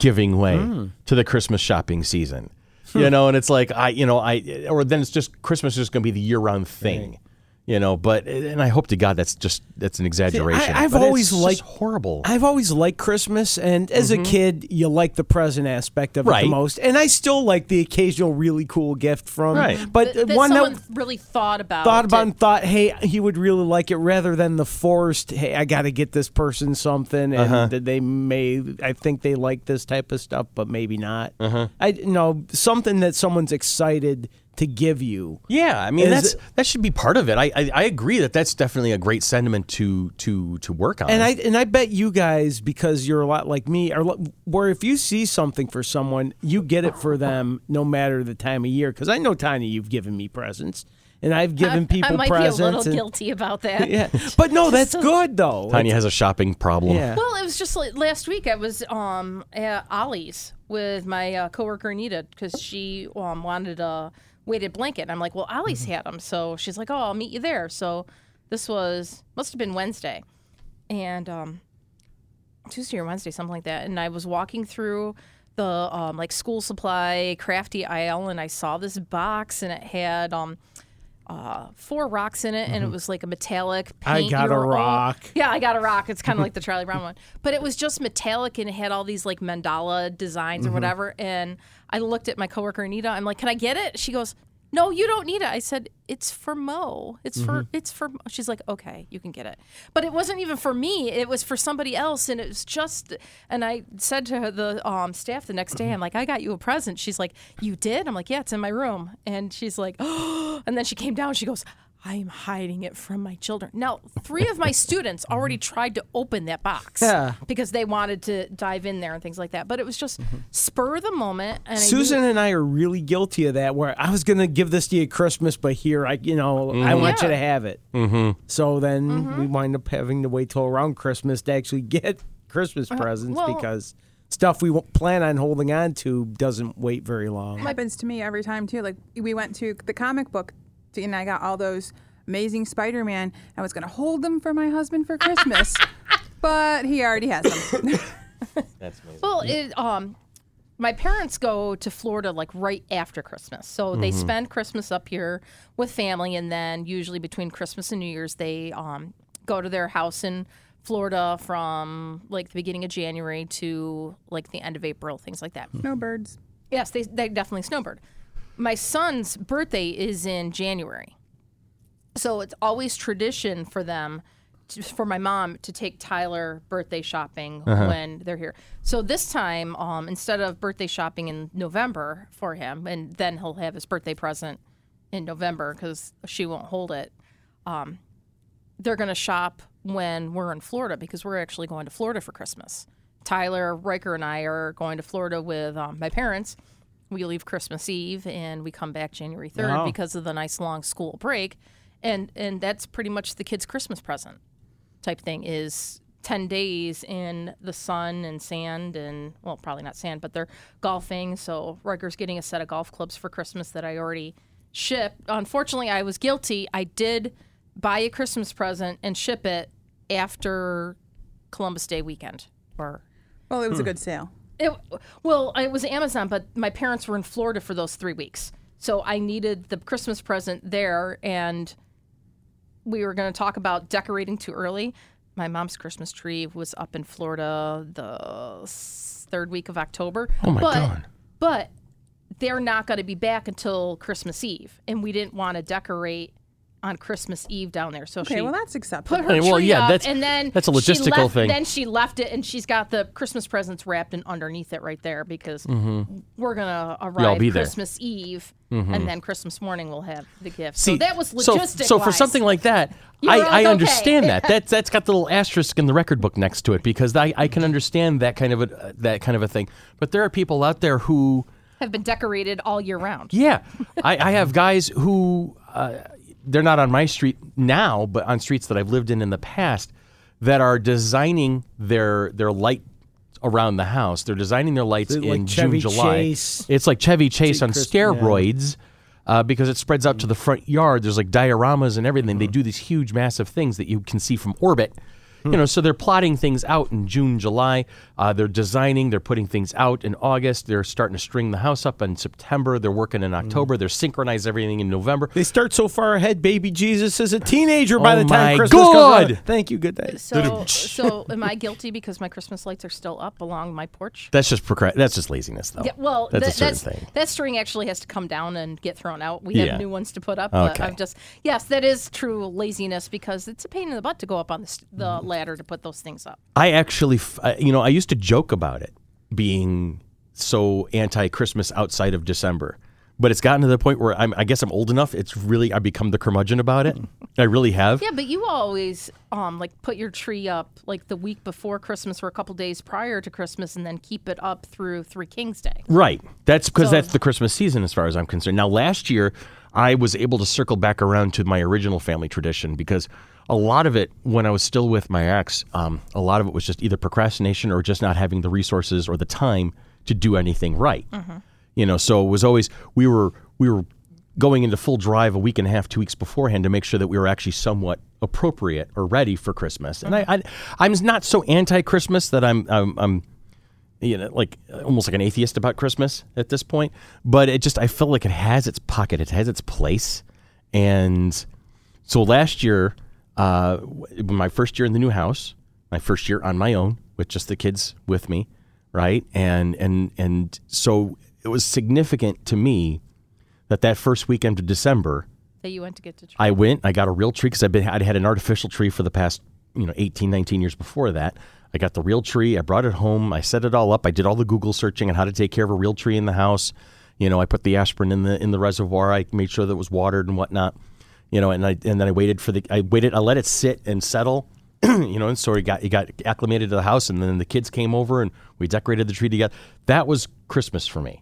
Speaker 2: giving way
Speaker 4: Hmm.
Speaker 2: to the Christmas shopping season. You know, and it's like I, you know, I, or then it's just Christmas is just going to be the year round thing. You know, but and I hope to God that's just that's an exaggeration.
Speaker 4: I've
Speaker 2: but
Speaker 4: always
Speaker 2: it's just
Speaker 4: liked-
Speaker 2: horrible.
Speaker 4: I've always liked Christmas, and as
Speaker 3: Mm-hmm.
Speaker 4: a kid, you like the present aspect of it
Speaker 2: Right.
Speaker 4: the most. And I still like the occasional really cool gift from,
Speaker 2: Right.
Speaker 4: but
Speaker 3: Th- that
Speaker 4: one
Speaker 3: someone
Speaker 4: that
Speaker 3: really thought about.
Speaker 4: thought about
Speaker 3: it.
Speaker 4: and thought, hey, he would really like it, rather than the forced, hey, I got to get this person something, and
Speaker 2: Uh-huh.
Speaker 4: that they may, I think they like this type of stuff, but maybe not. Uh-huh. I no something that someone's excited to give you.
Speaker 2: Yeah, I mean
Speaker 4: Is
Speaker 2: that's
Speaker 4: it-
Speaker 2: that should be part of it. I, I I agree that that's definitely a great sentiment to to to work on.
Speaker 4: And I and I bet you guys because you're a lot like me are lo- where if you see something for someone, you get it for them no matter the time of year. Because I know Tanya, you've given me presents, and I've given people
Speaker 3: I might
Speaker 4: presents.
Speaker 3: be a little
Speaker 4: and-
Speaker 3: guilty about
Speaker 4: (laughs)
Speaker 3: that.
Speaker 4: Yeah, but
Speaker 3: (laughs)
Speaker 4: no, that's
Speaker 3: so-
Speaker 4: good though.
Speaker 2: Tanya has a shopping problem.
Speaker 4: Yeah.
Speaker 3: Well, it was just like last week. I was um at Ollie's with my uh, coworker Anita because she um, wanted a weighted blanket. And I'm like, well, Ollie's
Speaker 4: Mm-hmm.
Speaker 3: had 'em. had them, so she's like, oh, I'll meet you there. So this was must have been Wednesday, and um, Tuesday or Wednesday, something like that. And I was walking through the um, like school supply crafty aisle, and I saw this box, and it had um. Uh, four rocks in it, and it was like a metallic.
Speaker 4: Mm-hmm. I
Speaker 3: Paint
Speaker 4: got a
Speaker 3: you were all-
Speaker 4: rock.
Speaker 3: (laughs) yeah, I got a rock. It's kind of
Speaker 4: (laughs)
Speaker 3: like the Charlie Brown one, but it was just metallic and it had all these like mandala designs
Speaker 4: Mm-hmm.
Speaker 3: or whatever. And I looked at my coworker Anita. I'm like, "Can I get it?" She goes, "No, you don't need it." I said, "It's for Mo. It's for
Speaker 4: Mm-hmm.
Speaker 3: it's for." Mo." She's like, "Okay, you can get it." But it wasn't even for me. It was for somebody else, and it was just. And I said to her, the um, staff the next day, "I'm like, I got you a present." She's like, "You did?" I'm like, "Yeah, it's in my room." And she's like, (gasps) "Oh!" And then she came down. She goes. I am hiding it from my children. Now, three of my students already tried to open that box
Speaker 4: Yeah.
Speaker 3: because they wanted to dive in there and things like that. But it was just spur of the moment. And I knew-
Speaker 4: Mm-hmm. Susan and I are really guilty of that. Where I was going to give this to you at Christmas, but here I, you know, I want you to have it. Mm-hmm. So then we
Speaker 3: Mm-hmm.
Speaker 4: wind up having to wait till around Christmas to actually (laughs) get Christmas presents
Speaker 3: Uh, well-
Speaker 4: because stuff we w- plan on holding on to doesn't wait very long.
Speaker 3: (laughs)
Speaker 5: happens to me every time too. Like we went to the comic book, to- and I got all those amazing Spider-Man. I was gonna hold them for my husband
Speaker 3: (laughs)
Speaker 5: for Christmas, but he already has them. (laughs)
Speaker 3: well, it, um, my parents go to Florida like right after Christmas. So they spend Christmas up here with family. And then usually between Christmas and New Year's, they um, go to their house in Florida from like the beginning of January to like the end of April, things like that.
Speaker 5: no birds.
Speaker 3: Yes, they, they definitely snowbird. My son's birthday is in January. So it's always tradition for them, to, for my mom to take Tyler birthday shopping when they're here. So this time, um, instead of birthday shopping in November for him, and then he'll have his birthday present in November because she won't hold it, um, they're going to shop when we're in Florida because we're actually going to Florida for Christmas. Tyler, Riker, and I are going to Florida with um, my parents. We leave Christmas Eve and we come back January 3rd
Speaker 4: Wow.
Speaker 3: because of the nice long school break. And, and that's pretty much the kids' Christmas present type thing is 10 days in the sun and sand and well probably not sand but they're golfing so Riker's getting a set of golf clubs for Christmas that I already shipped unfortunately I was guilty I did buy a Christmas present and ship it after Columbus Day weekend or
Speaker 5: Well,
Speaker 3: Hmm.
Speaker 5: it was a good sale.
Speaker 3: it, well, it was Amazon, but my parents were in Florida for those three weeks, so I needed the Christmas present there, and we were going to talk about decorating too early. My mom's Christmas tree was up in Florida the s- third week of October. Oh
Speaker 2: my
Speaker 3: but,
Speaker 2: God.
Speaker 3: But they're not going to be back until Christmas Eve, and we didn't want to decorate on Christmas Eve down there. So
Speaker 5: Okay,
Speaker 3: she
Speaker 5: well that's acceptable.
Speaker 3: put her
Speaker 2: Hey, well,
Speaker 3: tree
Speaker 2: yeah,
Speaker 3: up,
Speaker 2: that's-
Speaker 3: and then
Speaker 2: that's a
Speaker 3: she
Speaker 2: logistical
Speaker 3: left-
Speaker 2: thing.
Speaker 3: Then she left it, and she's got the Christmas presents wrapped and underneath it right there because we're gonna arrive
Speaker 2: Mm-hmm. be there. Mm-hmm.
Speaker 3: Christmas Eve, and then Christmas morning we'll have the gift. so
Speaker 2: See,
Speaker 3: that was
Speaker 2: so-
Speaker 3: logistic.
Speaker 2: So, for something like that,
Speaker 3: You
Speaker 2: I,
Speaker 3: were like,
Speaker 2: I
Speaker 3: okay.
Speaker 2: understand that. That that's got the little asterisk in the record book next to it because I, I can understand that kind of a that kind of a thing. But there are people out there who
Speaker 3: have been decorated all year round.
Speaker 2: yeah, I, I have guys who uh, they're not on my street now, but on streets that I've lived in in the past that are designing their their light around the house. They're designing their lights
Speaker 4: Is it
Speaker 2: in
Speaker 4: like Chevy
Speaker 2: June, July.
Speaker 4: Chase?
Speaker 2: It's like Chevy Chase on
Speaker 4: Christ- yeah.
Speaker 2: steroids. Uh, because it spreads out to the front yard. There's like dioramas and everything.
Speaker 3: Hmm.
Speaker 2: They do these huge, massive things that you can see from orbit.
Speaker 3: Hmm.
Speaker 2: You know, so they're plotting things out in June, July. Uh, they're designing. They're putting things out in August. They're starting to string the house up in September. They're working
Speaker 3: Hmm.
Speaker 2: in October. They're synchronizing everything in November.
Speaker 4: They start so far ahead. Baby Jesus is a teenager by the
Speaker 2: Oh
Speaker 4: time
Speaker 2: my
Speaker 4: Christmas comes.
Speaker 2: God.
Speaker 4: around. Thank you. Good day.
Speaker 2: (laughs)
Speaker 3: So, so am I guilty because my Christmas lights are still up along my porch?
Speaker 2: That's just procra- That's just laziness, though.
Speaker 3: Yeah, well,
Speaker 2: that's
Speaker 3: that,
Speaker 2: a certain
Speaker 3: that's,
Speaker 2: thing.
Speaker 3: that string actually has to come down and get thrown out. We
Speaker 2: Yeah.
Speaker 3: have new ones to put up, but
Speaker 2: Okay.
Speaker 3: I'm just yes, that is true laziness because it's a pain in the butt to go up on the, st- the
Speaker 2: Mm-hmm.
Speaker 3: ladder to put those things up.
Speaker 2: I actually, f- I- you know, I used to joke about it being so anti-Christmas outside of December, but it's gotten to the point where I'm, I guess I'm old enough. It's really I become the curmudgeon about it. I really have.
Speaker 3: Yeah, but you always um like put your tree up like the week before Christmas or a couple days prior to Christmas, and then keep it up through Three Kings Day.
Speaker 2: Right. That's because
Speaker 3: So-
Speaker 2: that's the Christmas season, as far as I'm concerned. Now, last year, I was able to circle back around to my original family tradition because a lot of it, when I was still with my ex, um, a lot of it was just either procrastination or just not having the resources or the time to do anything right. You know, so it was always we were we were going into full drive a week and a half, two weeks beforehand to make sure that we were actually somewhat appropriate or ready for Christmas. And I, I I'm not so anti-Christmas that I'm I'm, I'm you know, like uh, almost like an atheist about Christmas at this point. But it just, I feel like it has its pocket, it has its place. And so last year, uh, w- my first year in the new house, my first year on my own with just the kids with me, right? And and and so it was significant to me that that first weekend of December,
Speaker 3: That you went to get to. Tree.
Speaker 2: I went, I got a real tree because I've been I'd had an artificial tree for the past, you know, 18, 19 years before that. I got the real tree, I brought it home, I set it all up, I did all the Google searching on how to take care of a real tree in the house. You know, I put the aspirin in the in the reservoir, I made sure that it was watered and whatnot. You know, and I and then I waited for the I waited, I let it sit and settle. (clears throat) you know, and so it got it got acclimated to the house and then the kids came over and we decorated the tree together. That was Christmas for me.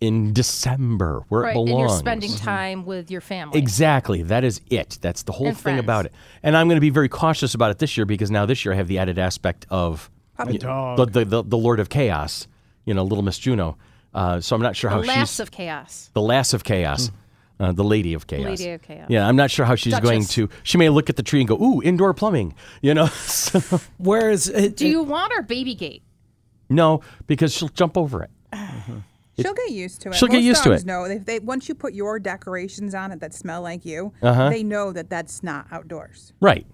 Speaker 2: In December, where it
Speaker 3: Mm-hmm. Right, and
Speaker 2: belongs. Mm-hmm.
Speaker 3: you're spending time with your family.
Speaker 2: Exactly. That is it. That's the whole
Speaker 3: And
Speaker 2: thing
Speaker 3: friends.
Speaker 2: about it. And I'm going to be very cautious about it this year because now this year I have the added aspect of y- the, the, the, the Lord of Chaos, you know, Little Miss Juno. Uh, so I'm not sure
Speaker 3: The
Speaker 2: how
Speaker 3: Lass
Speaker 2: she's
Speaker 3: of Chaos.
Speaker 2: the Lass of Chaos, uh, the Lady of Chaos.
Speaker 3: Lady of Chaos.
Speaker 2: Yeah, I'm not sure how she's going
Speaker 3: Duchess.
Speaker 2: to. She may look at the tree and go, "Ooh, indoor plumbing," you know. (laughs) So-
Speaker 4: Whereas, it,
Speaker 3: Do you want our baby gate?
Speaker 2: no, because she'll jump over it.
Speaker 5: She'll get used to it.
Speaker 2: She'll get
Speaker 5: Most
Speaker 2: used to
Speaker 5: dogs
Speaker 2: it.
Speaker 5: know. if they once you put your decorations on it that smell like you,
Speaker 2: Uh-huh.
Speaker 5: they know that that's not outdoors.
Speaker 2: Right.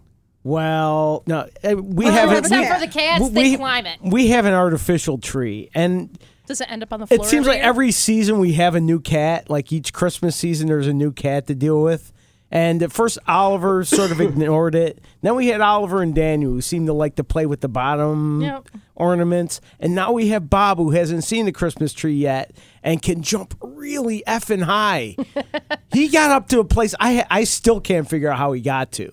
Speaker 4: well, no, uh, we
Speaker 5: Well,
Speaker 4: haven't.
Speaker 5: except
Speaker 4: we-
Speaker 5: for
Speaker 3: the cats,
Speaker 4: we-
Speaker 3: they
Speaker 4: we-
Speaker 3: climb it.
Speaker 4: We have an artificial tree, and
Speaker 3: Does it end up on the floor?
Speaker 4: It seems like
Speaker 3: year?
Speaker 4: every season we have a new cat. Like each Christmas season, there's a new cat to deal with. And at first, Oliver sort of (laughs) ignored it. Then we had Oliver and Daniel who seemed to like to play with the bottom
Speaker 3: Yep.
Speaker 4: ornaments. And now we have Bob who hasn't seen the Christmas tree yet and can jump really effing high. he got up to a place I I still can't figure out how he got to.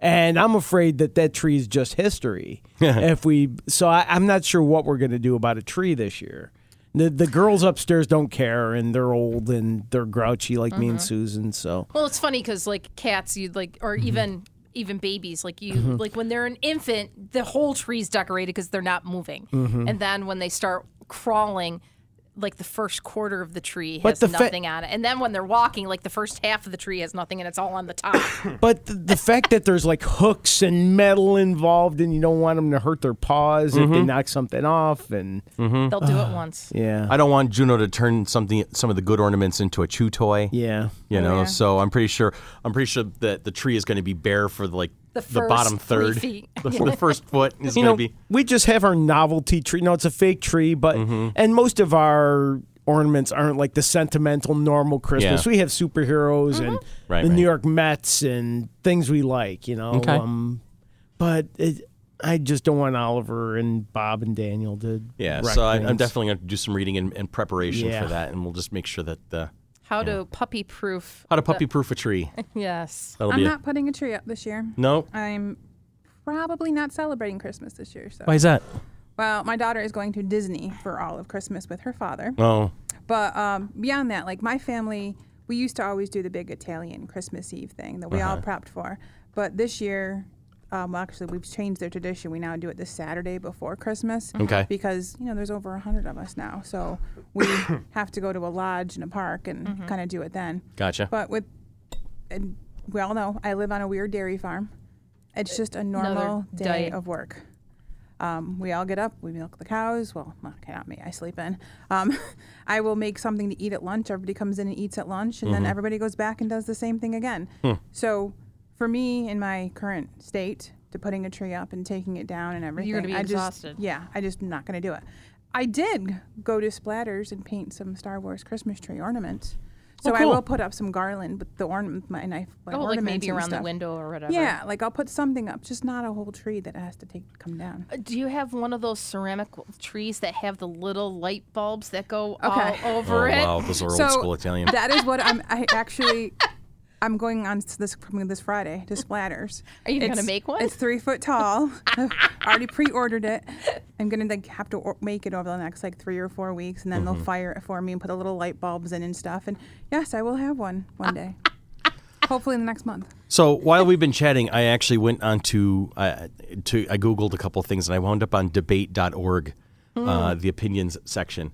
Speaker 4: And I'm afraid that that tree is just history. if we, so I, I'm not sure what we're going to do about a tree this year. The, the girls upstairs don't care, and they're old and they're grouchy like me and Susan. So
Speaker 3: Well, it's funny because like cats, you like, or even even babies, like you, like when they're an infant, the whole tree's decorated because they're not moving, and then when they start crawling. Like the first quarter of the tree has
Speaker 4: the fa-
Speaker 3: nothing on it, and then when they're walking, like the first half of the tree has nothing, and it's all on the top.
Speaker 4: But the, the fact that there's like hooks and metal involved, and you don't want them to hurt their paws if they knock something off, and
Speaker 3: They'll do it once.
Speaker 4: yeah,
Speaker 2: I don't want Juno to turn something, some of the good ornaments into a chew toy.
Speaker 4: yeah,
Speaker 2: You know, so I'm pretty sure I'm pretty sure that the tree is going to be bare for like the,
Speaker 3: The first
Speaker 2: bottom
Speaker 3: three
Speaker 2: third.
Speaker 3: feet.
Speaker 2: (laughs) The, the first foot is
Speaker 4: you
Speaker 2: going
Speaker 4: know,
Speaker 2: to be
Speaker 4: we just have our novelty tree. No, it's a fake tree, but
Speaker 2: Mm-hmm.
Speaker 4: and most of our ornaments aren't like the sentimental normal Christmas.
Speaker 2: Yeah.
Speaker 4: We have superheroes and
Speaker 2: Right,
Speaker 4: the
Speaker 2: right.
Speaker 4: New York Mets and things we like, you know.
Speaker 2: Okay.
Speaker 4: Um, but it, I just don't want Oliver and Bob and Daniel to
Speaker 2: yeah.
Speaker 4: wreck
Speaker 2: So I, I'm
Speaker 4: things.
Speaker 2: definitely going to do some reading and, and preparation
Speaker 4: Yeah.
Speaker 2: for that, and we'll just make sure that uh,
Speaker 3: How to puppy proof?
Speaker 2: how to puppy proof a tree.
Speaker 3: Yes.
Speaker 2: That'll
Speaker 5: I'm
Speaker 2: be
Speaker 5: not putting a tree up this year.
Speaker 2: it. No,
Speaker 5: I'm probably not celebrating Christmas this year. So,
Speaker 2: why is that?
Speaker 5: well, my daughter is going to Disney for all of Christmas with her father.
Speaker 2: Oh,
Speaker 5: But um, beyond that, like my family, we used to always do the big Italian Christmas Eve thing that we all prepped for. But this year, um, well, actually, we've changed their tradition. We now do it the Saturday before Christmas.
Speaker 2: Okay.
Speaker 5: Because you know there's over a hundred of us now, so we have to go to a lodge in a park and kind of do it then.
Speaker 2: gotcha.
Speaker 5: But with, and we all know I live on a weird dairy farm. It's just a normal day
Speaker 3: diet.
Speaker 5: of work. Um, we all get up, we milk the cows. Well, not, okay, not me, I sleep in. Um, (laughs) I will make something to eat at lunch. Everybody comes in and eats at lunch, and then everybody goes back and does the same thing again. So for me, in my current state, to putting a tree up and taking it down and everything,
Speaker 3: You're gonna be
Speaker 5: I just-
Speaker 3: exhausted.
Speaker 5: yeah, I just not going to do it. I did go to Splatters and paint some Star Wars Christmas tree ornaments. So I
Speaker 2: cool.
Speaker 5: will put up some garland with the ornament, my knife, like,
Speaker 3: Oh, like
Speaker 5: ornaments
Speaker 3: maybe
Speaker 5: and
Speaker 3: around the
Speaker 5: stuff.
Speaker 3: window or whatever.
Speaker 5: Yeah, like I'll put something up, just not a whole tree that has to take come down.
Speaker 3: Uh, Do you have one of those ceramic w- trees that have the little light bulbs that go
Speaker 5: Okay.
Speaker 3: all over
Speaker 2: oh
Speaker 3: it?
Speaker 2: wow, those are old school Italian.
Speaker 5: That is what I'm.
Speaker 2: (laughs)
Speaker 5: I actually, I'm going on s- this coming this Friday to Splatters.
Speaker 3: Are you gonna
Speaker 5: It's-
Speaker 3: make one?
Speaker 5: It's three
Speaker 3: (laughs)
Speaker 5: foot tall. I've already pre-ordered it. I'm gonna like have to or- make it over the next like three or four weeks, and then
Speaker 2: Mm-hmm.
Speaker 5: they'll fire it for me and put the little light bulbs in and stuff. And yes, I will have one
Speaker 3: (laughs)
Speaker 5: one day. Hopefully in the next month.
Speaker 2: So while we've been chatting, I actually went on to uh, to I googled a couple of things and I wound up on debate.org, uh, the opinions section,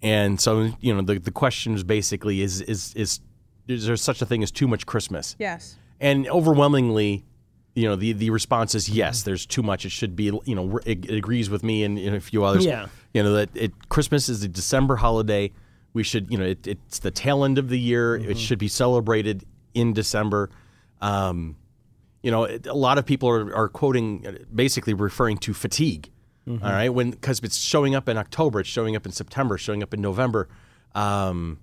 Speaker 2: and so you know the the question is basically is is is is there such a thing as too much Christmas?
Speaker 5: Yes.
Speaker 2: And overwhelmingly, you know the the response is yes. There's too much. It should be you know it, it agrees with me and, and a few others.
Speaker 4: Yeah.
Speaker 2: You know that it Christmas is a December holiday. We should you know it, it's the tail end of the year. It should be celebrated in December. Um, you know, it, a lot of people are, are quoting, uh, basically referring to fatigue. all right, when because it's showing up in October, it's showing up in September, it's showing up in November. Um,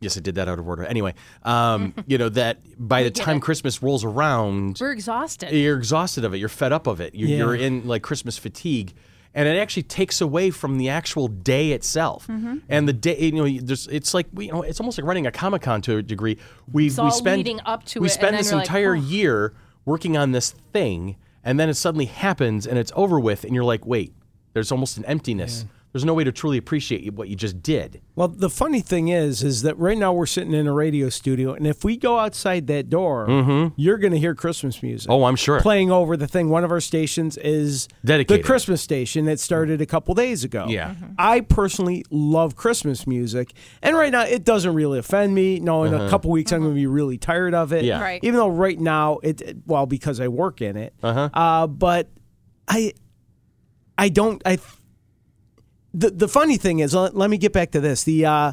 Speaker 2: yes, I did that out of order. Anyway, um, you know that by the time Christmas rolls around,
Speaker 3: We're exhausted.
Speaker 2: you're exhausted of it. You're fed up of it. You're, you're
Speaker 4: Yeah.
Speaker 2: in like Christmas fatigue, and it actually takes away from the actual day itself.
Speaker 3: Mm-hmm.
Speaker 2: And the day, you know, there's it's like we, you know, it's almost like running a comic con to a degree. We we
Speaker 3: all
Speaker 2: spend
Speaker 3: leading up to
Speaker 2: we
Speaker 3: it, and
Speaker 2: spend
Speaker 3: then
Speaker 2: this
Speaker 3: you're like,
Speaker 2: entire
Speaker 3: "Oh."
Speaker 2: year working on this thing, and then it suddenly happens, and it's over with, and you're like, wait, there's almost an emptiness. There's no way to truly appreciate what you just did.
Speaker 4: Well, the funny thing is, is that right now we're sitting in a radio studio, and if we go outside that door,
Speaker 2: Mm-hmm.
Speaker 4: you're going to hear Christmas music.
Speaker 2: Oh, I'm sure.
Speaker 4: Playing over the thing. One of our stations is
Speaker 2: Dedicated.
Speaker 4: the Christmas station that started a couple days ago.
Speaker 2: Yeah. Mhm.
Speaker 4: I personally love Christmas music, and right now it doesn't really offend me. No, in a couple weeks I'm going to be really tired of it.
Speaker 2: Uh-huh. Yeah.
Speaker 3: Right.
Speaker 4: Even though right now it, well, because I work in it. Uh-huh. but I, I don't. I the the funny thing is, let, let me get back to this. The uh,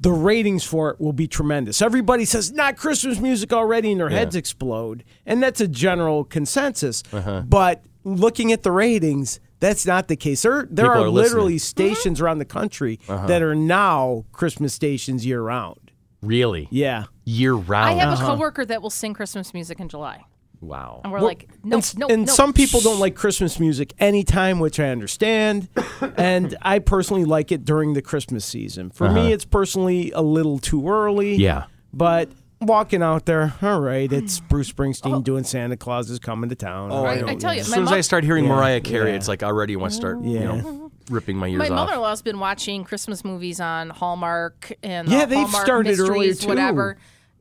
Speaker 4: the ratings for it will be tremendous. Everybody says not Christmas music already, and their heads explode, and that's a general consensus.
Speaker 2: Uh-huh.
Speaker 4: But looking at the ratings, that's not the case. There there
Speaker 2: People
Speaker 4: are,
Speaker 2: are listening. Mm-hmm. Uh-huh.
Speaker 4: literally stations around the country that are now Christmas stations year round.
Speaker 2: Really,
Speaker 4: Yeah.
Speaker 2: year
Speaker 3: I
Speaker 4: Oh,
Speaker 2: round.
Speaker 3: have
Speaker 4: uh-huh.
Speaker 3: a coworker that will sing Christmas music in July,
Speaker 2: wow.
Speaker 3: and we're
Speaker 4: Well,
Speaker 3: like, no,
Speaker 4: and, s-
Speaker 3: no,
Speaker 4: and
Speaker 3: no.
Speaker 4: some people don't like Christmas music anytime, which I
Speaker 3: (coughs)
Speaker 4: understand. and I personally like it during the Christmas season. For me, it's personally a little too early.
Speaker 2: Uh-huh. Yeah.
Speaker 4: But walking out there. All right, it's Bruce Springsteen doing Santa Claus is coming to town. Oh,
Speaker 3: Oh. I, I tell you,
Speaker 2: As
Speaker 3: my,
Speaker 2: soon as I
Speaker 3: mo-
Speaker 2: start hearing
Speaker 4: Yeah,
Speaker 2: Mariah Carey,
Speaker 4: yeah.
Speaker 2: it's like I already want to start, you know, ripping my ears
Speaker 3: my
Speaker 2: off.
Speaker 3: mother-in-law's been watching Christmas movies on Hallmark and
Speaker 4: Yeah,
Speaker 3: the
Speaker 4: they've
Speaker 3: Hallmark
Speaker 4: started earlier,
Speaker 3: mysteries,
Speaker 4: too.
Speaker 3: whatever.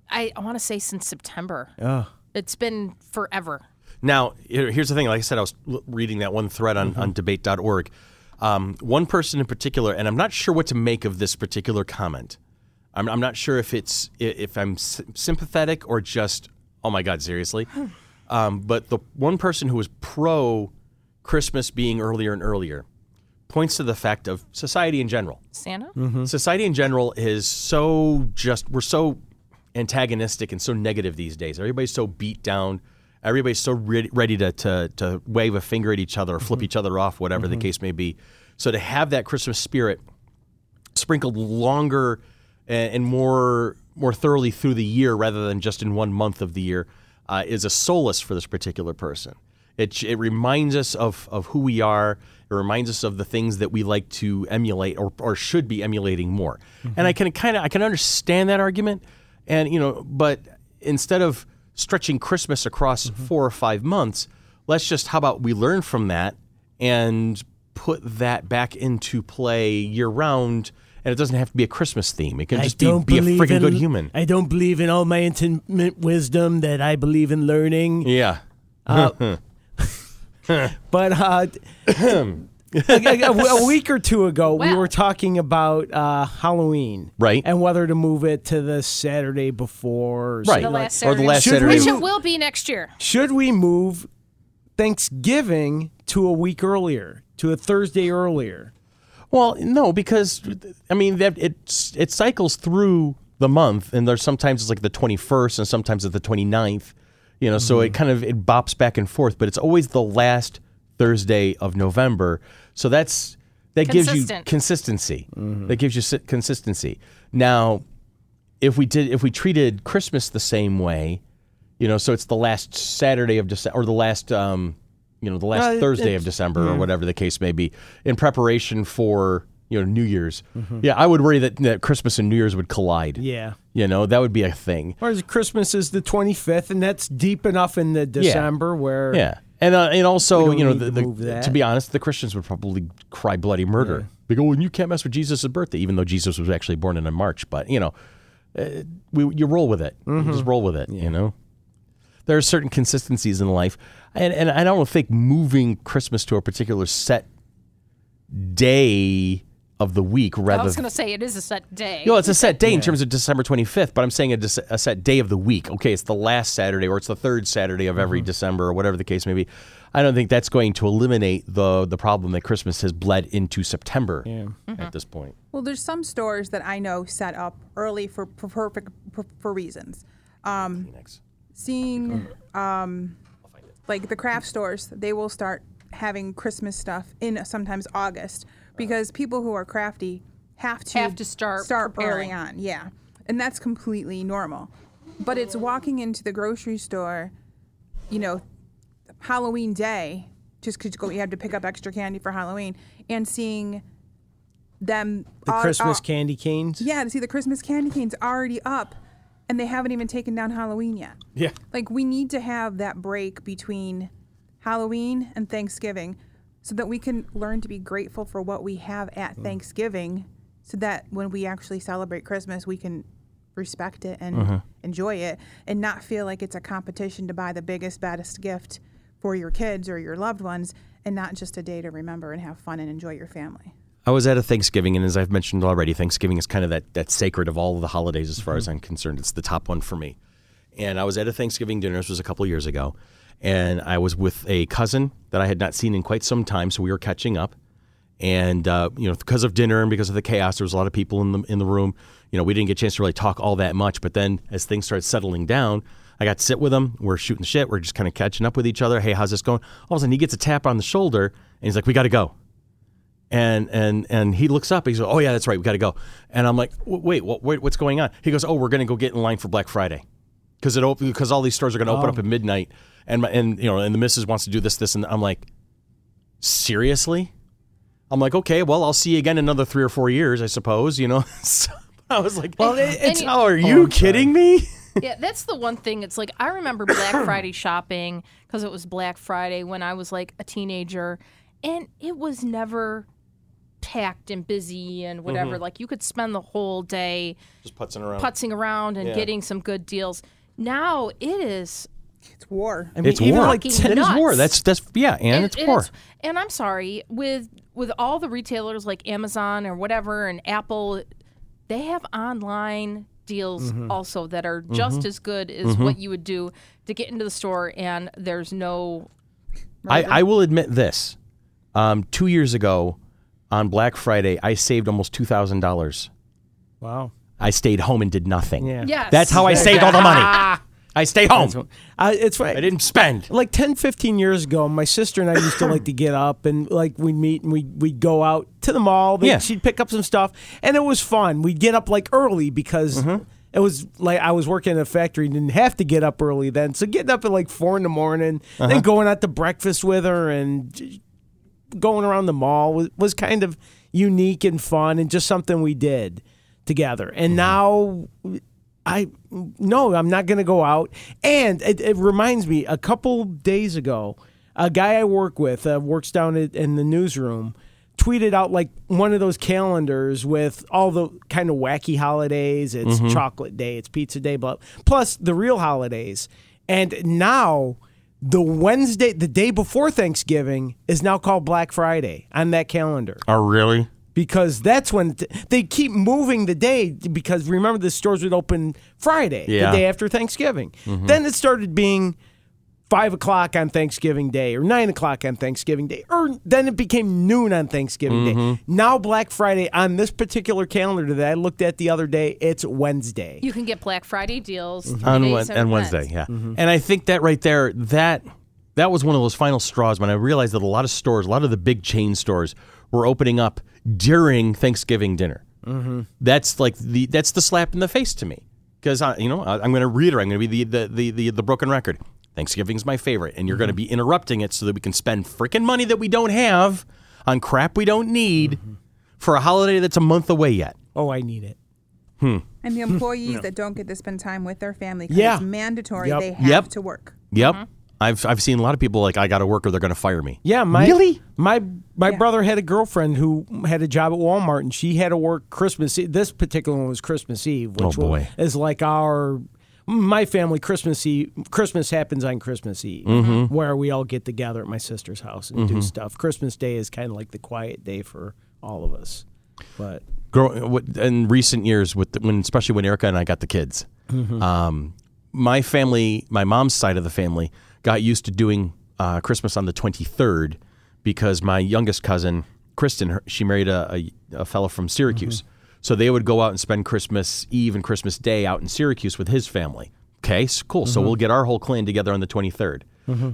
Speaker 3: I, I want to say since September. It's been forever.
Speaker 2: Now, here- here's the thing. Like I said, I was l- reading that one thread on,
Speaker 4: Mm-hmm.
Speaker 2: on debate.org. Um, one person in particular, and I'm not sure what to make of this particular comment. I'm, I'm not sure if it's i- if I'm s- sympathetic or just oh my god, seriously.
Speaker 3: Hmm.
Speaker 2: um, but the one person who was pro Christmas being earlier and earlier points to the fact of society in general
Speaker 3: Santa?
Speaker 4: Mm-hmm.
Speaker 2: society in general is so just we're so antagonistic and so negative these days everybody's so beat down everybody's so re- ready to, to to wave a finger at each other or flip each other off whatever the case may be so to have that christmas spirit sprinkled longer and, and more more thoroughly through the year rather than just in one month of the year uh, is a solace for this particular person. It, it reminds us of, of who we are. It reminds us of the things that we like to emulate or, or should be emulating more. And I can kind of I can understand that argument, and you know, but instead of stretching Christmas across four or five months, let's just how about we learn from that and put that back into play year round. And it doesn't have to be a Christmas theme. It can just be, be a freaking good human.
Speaker 4: I don't believe in all my intimate wisdom that I believe in learning.
Speaker 2: yeah.
Speaker 4: Uh,
Speaker 2: (laughs)
Speaker 4: But uh, like, like, a, w- a week or two ago, we
Speaker 3: Well.
Speaker 4: were talking about uh, Halloween,
Speaker 2: Right.
Speaker 4: And whether to move it to the Saturday before, or
Speaker 2: Right.
Speaker 4: something like- oh,
Speaker 3: last
Speaker 2: or the last
Speaker 4: Should
Speaker 2: Saturday.
Speaker 4: we-
Speaker 3: Which it will be next year.
Speaker 4: Should we move Thanksgiving to a week earlier, to a Thursday earlier?
Speaker 2: Well, no, because I mean that it it cycles through the month, and there's sometimes it's like the 21st, and sometimes it's the 29th. You know, so it kind of it bops back and forth, but it's always the last Thursday of November. So that's that gives you
Speaker 3: Consistent.
Speaker 2: consistency. That gives you si- consistency. Now, if we did if we treated Christmas the same way, you know, so it's the last Saturday of December or the last um, you know, the last
Speaker 4: it-
Speaker 2: Thursday of
Speaker 4: it's-
Speaker 2: December or whatever the case may be, in preparation for you know New Year's. Yeah, I would worry that, that Christmas and New Year's would collide.
Speaker 4: Mm-hmm. Yeah.
Speaker 2: you know that would be a thing.
Speaker 4: Whereas Christmas is the 25th, and that's deep enough in the December where
Speaker 2: Yeah, and uh, and also
Speaker 4: don't
Speaker 2: you know
Speaker 4: need
Speaker 2: the,
Speaker 4: to
Speaker 2: the,
Speaker 4: move that.
Speaker 2: to be honest, the Christians would probably cry bloody murder. They go, well, you can't mess with Jesus' birthday, even though Jesus was actually born in March. But you know, uh, we you roll with it. You
Speaker 4: Mm-hmm.
Speaker 2: just roll with it. You know, there are certain consistencies in life, and and I don't think moving Christmas to a particular set day of the week rather
Speaker 3: I was
Speaker 2: than-
Speaker 3: going to say it is a set day.
Speaker 2: no, it's a set day in terms of December 25th, but I'm saying a, dec- a set day of the week. Okay, it's the last Saturday or it's the third Saturday of every December or whatever the case may be. I don't think that's going to eliminate the the problem that Christmas has bled into September at this point.
Speaker 5: Well, there's some stores that I know set up early for for perfect for, for reasons. Um, seeing um, like the craft stores, they will start having Christmas stuff in sometimes August because people who are crafty have to
Speaker 3: Have to start
Speaker 5: start
Speaker 3: preparing.
Speaker 5: early on. Yeah, and that's completely normal. But it's walking into the grocery store, you know, Halloween day, just because you have to pick up extra candy for Halloween, and seeing them
Speaker 4: the
Speaker 5: all-
Speaker 4: Christmas
Speaker 5: all-
Speaker 4: candy canes.
Speaker 5: yeah, to see the Christmas candy canes already up, and they haven't even taken down Halloween yet.
Speaker 2: Yeah.
Speaker 5: Like we need to have that break between Halloween and Thanksgiving, so that we can learn to be grateful for what we have at Thanksgiving, so that when we actually celebrate Christmas, we can respect it and enjoy it, and not feel like it's a competition to buy the biggest, baddest gift for your kids or your loved ones, and not just a day to remember and have fun and enjoy your family.
Speaker 2: I was at a Thanksgiving, and as I've mentioned already, Thanksgiving is kind of that, that sacred of all of the holidays as far as I'm concerned. It's the top one for me. And I was at a Thanksgiving dinner, this was a couple years ago, and I was with a cousin that I had not seen in quite some time, so we were catching up. And uh, you know, because of dinner and because of the chaos, there was a lot of people in the in the room. You know, we didn't get a chance to really talk all that much. But then, as things started settling down, I got to sit with him. We're shooting the shit. We're just kind of catching up with each other. Hey, how's this going? All of a sudden, he gets a tap on the shoulder, and he's like, "We got to go." and and and he looks up. He's like, "Oh yeah, that's right. We got to go." And I'm like, "W- "Wait, what, wait, what's going on?" He goes, "Oh, we're gonna go get in line for Black Friday, because it op- because all these stores are gonna open up at midnight." And my, and you know, and the missus wants to do this, this, and I'm like, "Seriously?" I'm like, "Okay, well, I'll see you again in another three (laughs) or four years, I suppose." You know, so I was like, "Well, it's,
Speaker 3: you-
Speaker 2: oh, are you kidding me?"
Speaker 3: yeah, that's the one thing. It's like I remember Black Friday shopping because it was Black Friday when I was like a teenager, and it was never packed and busy and whatever. Like you could spend the whole day
Speaker 2: Just putzing around.
Speaker 3: putzing around and getting some good deals. Now it is.
Speaker 5: It's war.
Speaker 4: I mean,
Speaker 2: It's
Speaker 4: even
Speaker 2: war.
Speaker 4: like
Speaker 3: Fucking
Speaker 4: ten
Speaker 2: It is war.
Speaker 3: nuts.
Speaker 2: That's that's yeah, and, it's war.
Speaker 3: and I'm sorry with with all the retailers like Amazon or whatever and Apple, they have online deals
Speaker 2: Mm-hmm.
Speaker 3: also that are just as good as what you would do to get into the store. And there's no
Speaker 2: I, I will admit this. Um, two years ago, on Black Friday, I saved almost two thousand dollars.
Speaker 4: Wow.
Speaker 2: I stayed home and did nothing.
Speaker 4: Yeah.
Speaker 3: yes.
Speaker 2: That's how I saved all the money. I stay home.
Speaker 4: Uh, it's right.
Speaker 2: I didn't spend.
Speaker 4: like 10 15 years ago my sister and i used to like to get up and like we'd meet and we'd, we'd go out to the mall Then
Speaker 2: Yeah.
Speaker 4: she'd pick up some stuff and it was fun we'd get up like early because it was like i was working in a factory and didn't have to get up early then so getting up at like four in the morning then going out to breakfast with her and j- going around the mall was, was kind of unique and fun and just something we did together and now I no, I'm not going to go out. And it, it reminds me, a couple days ago, a guy I work with uh, works down at, in the newsroom tweeted out like one of those calendars with all the kind of wacky holidays. It's chocolate day, it's pizza day, blah. Plus the real holidays. And now the Wednesday, the day before Thanksgiving, is now called Black Friday on that calendar
Speaker 2: Oh, really?
Speaker 4: because that's when t- they keep moving the day because remember the stores would open Friday,
Speaker 2: Yeah.
Speaker 4: the day after Thanksgiving. Then it started being five o'clock on Thanksgiving Day or nine o'clock on Thanksgiving Day, or then it became noon on Thanksgiving Day. Now Black Friday on this particular calendar that I looked at the other day, it's Wednesday.
Speaker 3: You can get Black Friday deals three
Speaker 2: Mm-hmm. on
Speaker 3: days
Speaker 2: Wed-
Speaker 3: in
Speaker 2: on
Speaker 3: advance.
Speaker 2: Wednesday. Yeah, and I think that right there, that that was one of those final straws when I realized that a lot of stores, a lot of the big chain stores, were opening up during Thanksgiving dinner. Mm-hmm. That's like the that's the slap in the face to me because I, you know, I, I'm going to reiterate, I'm going to be the the, the the the broken record. Thanksgiving's my favorite, and you're going to be interrupting it so that we can spend freaking money that we don't have on crap we don't need for a holiday that's a month away yet.
Speaker 4: oh, I need it.
Speaker 5: And
Speaker 2: (laughs)
Speaker 5: the employees that don't get to spend time with their family, 'cause
Speaker 4: Yeah.
Speaker 5: it's mandatory.
Speaker 4: Yep.
Speaker 5: They have
Speaker 2: Yep.
Speaker 5: to work.
Speaker 2: Yep. I've, I've seen a lot of people like I got to work or they're going to fire me.
Speaker 4: Yeah, my
Speaker 2: Really?
Speaker 4: my my brother had a girlfriend who had a job at Walmart, and she had to work Christmas. E- This particular one was Christmas Eve, which
Speaker 2: Oh,
Speaker 4: was-
Speaker 2: boy.
Speaker 4: is like our my family Christmas Eve. Christmas happens on Christmas Eve,
Speaker 2: Mm-hmm.
Speaker 4: where we all get together at my sister's house and do stuff. Christmas Day is kind of like the quiet day for all of us, but
Speaker 2: grow, what- in recent years with the, when especially when Erica and I got the kids, um, my family, my mom's side of the family, got used to doing uh, Christmas on the twenty third because my youngest cousin Kristen, her, she married a, a, a fellow from Syracuse, so they would go out and spend Christmas Eve and Christmas Day out in Syracuse with his family. Okay, s- cool. So
Speaker 4: Mm-hmm.
Speaker 2: we'll get our whole clan together on the 23rd.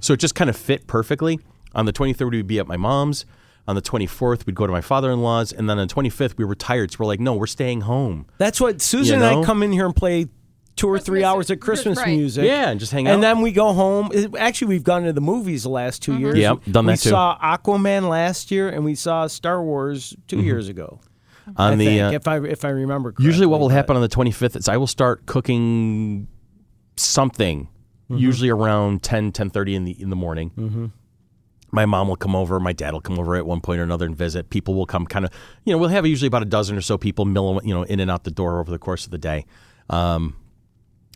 Speaker 2: So it just kind of fit perfectly. On the 23rd, we'd be at my mom's. On the 24th, we'd go to my father in law's. And then on the 25th, we were tired. So we're like, no, we're staying home.
Speaker 4: that's what Susan
Speaker 2: You
Speaker 4: and
Speaker 2: know?
Speaker 4: I come in here and play. Two or three
Speaker 3: Christmas-
Speaker 4: hours of Christmas
Speaker 3: right.
Speaker 4: music,
Speaker 2: Yeah, and just hang out.
Speaker 4: and then we go home. It- Actually, we've gone to the movies the last 2 years.
Speaker 2: Yep, done
Speaker 4: we
Speaker 2: that too.
Speaker 4: saw Aquaman last year, and we saw Star Wars 2 years ago.
Speaker 2: Mm-hmm. On
Speaker 4: I
Speaker 2: the
Speaker 4: think,
Speaker 2: uh,
Speaker 4: if I if I remember correctly.
Speaker 2: Usually, what will happen on the 25th is I will start cooking something, usually around 10, 10.30 in the, in the morning. My mom will come over. My dad will come over at one point or another and visit. People will come kind of, you know, we'll have usually about a dozen or so people, mill, you know, in and out the door over the course of the day. Um,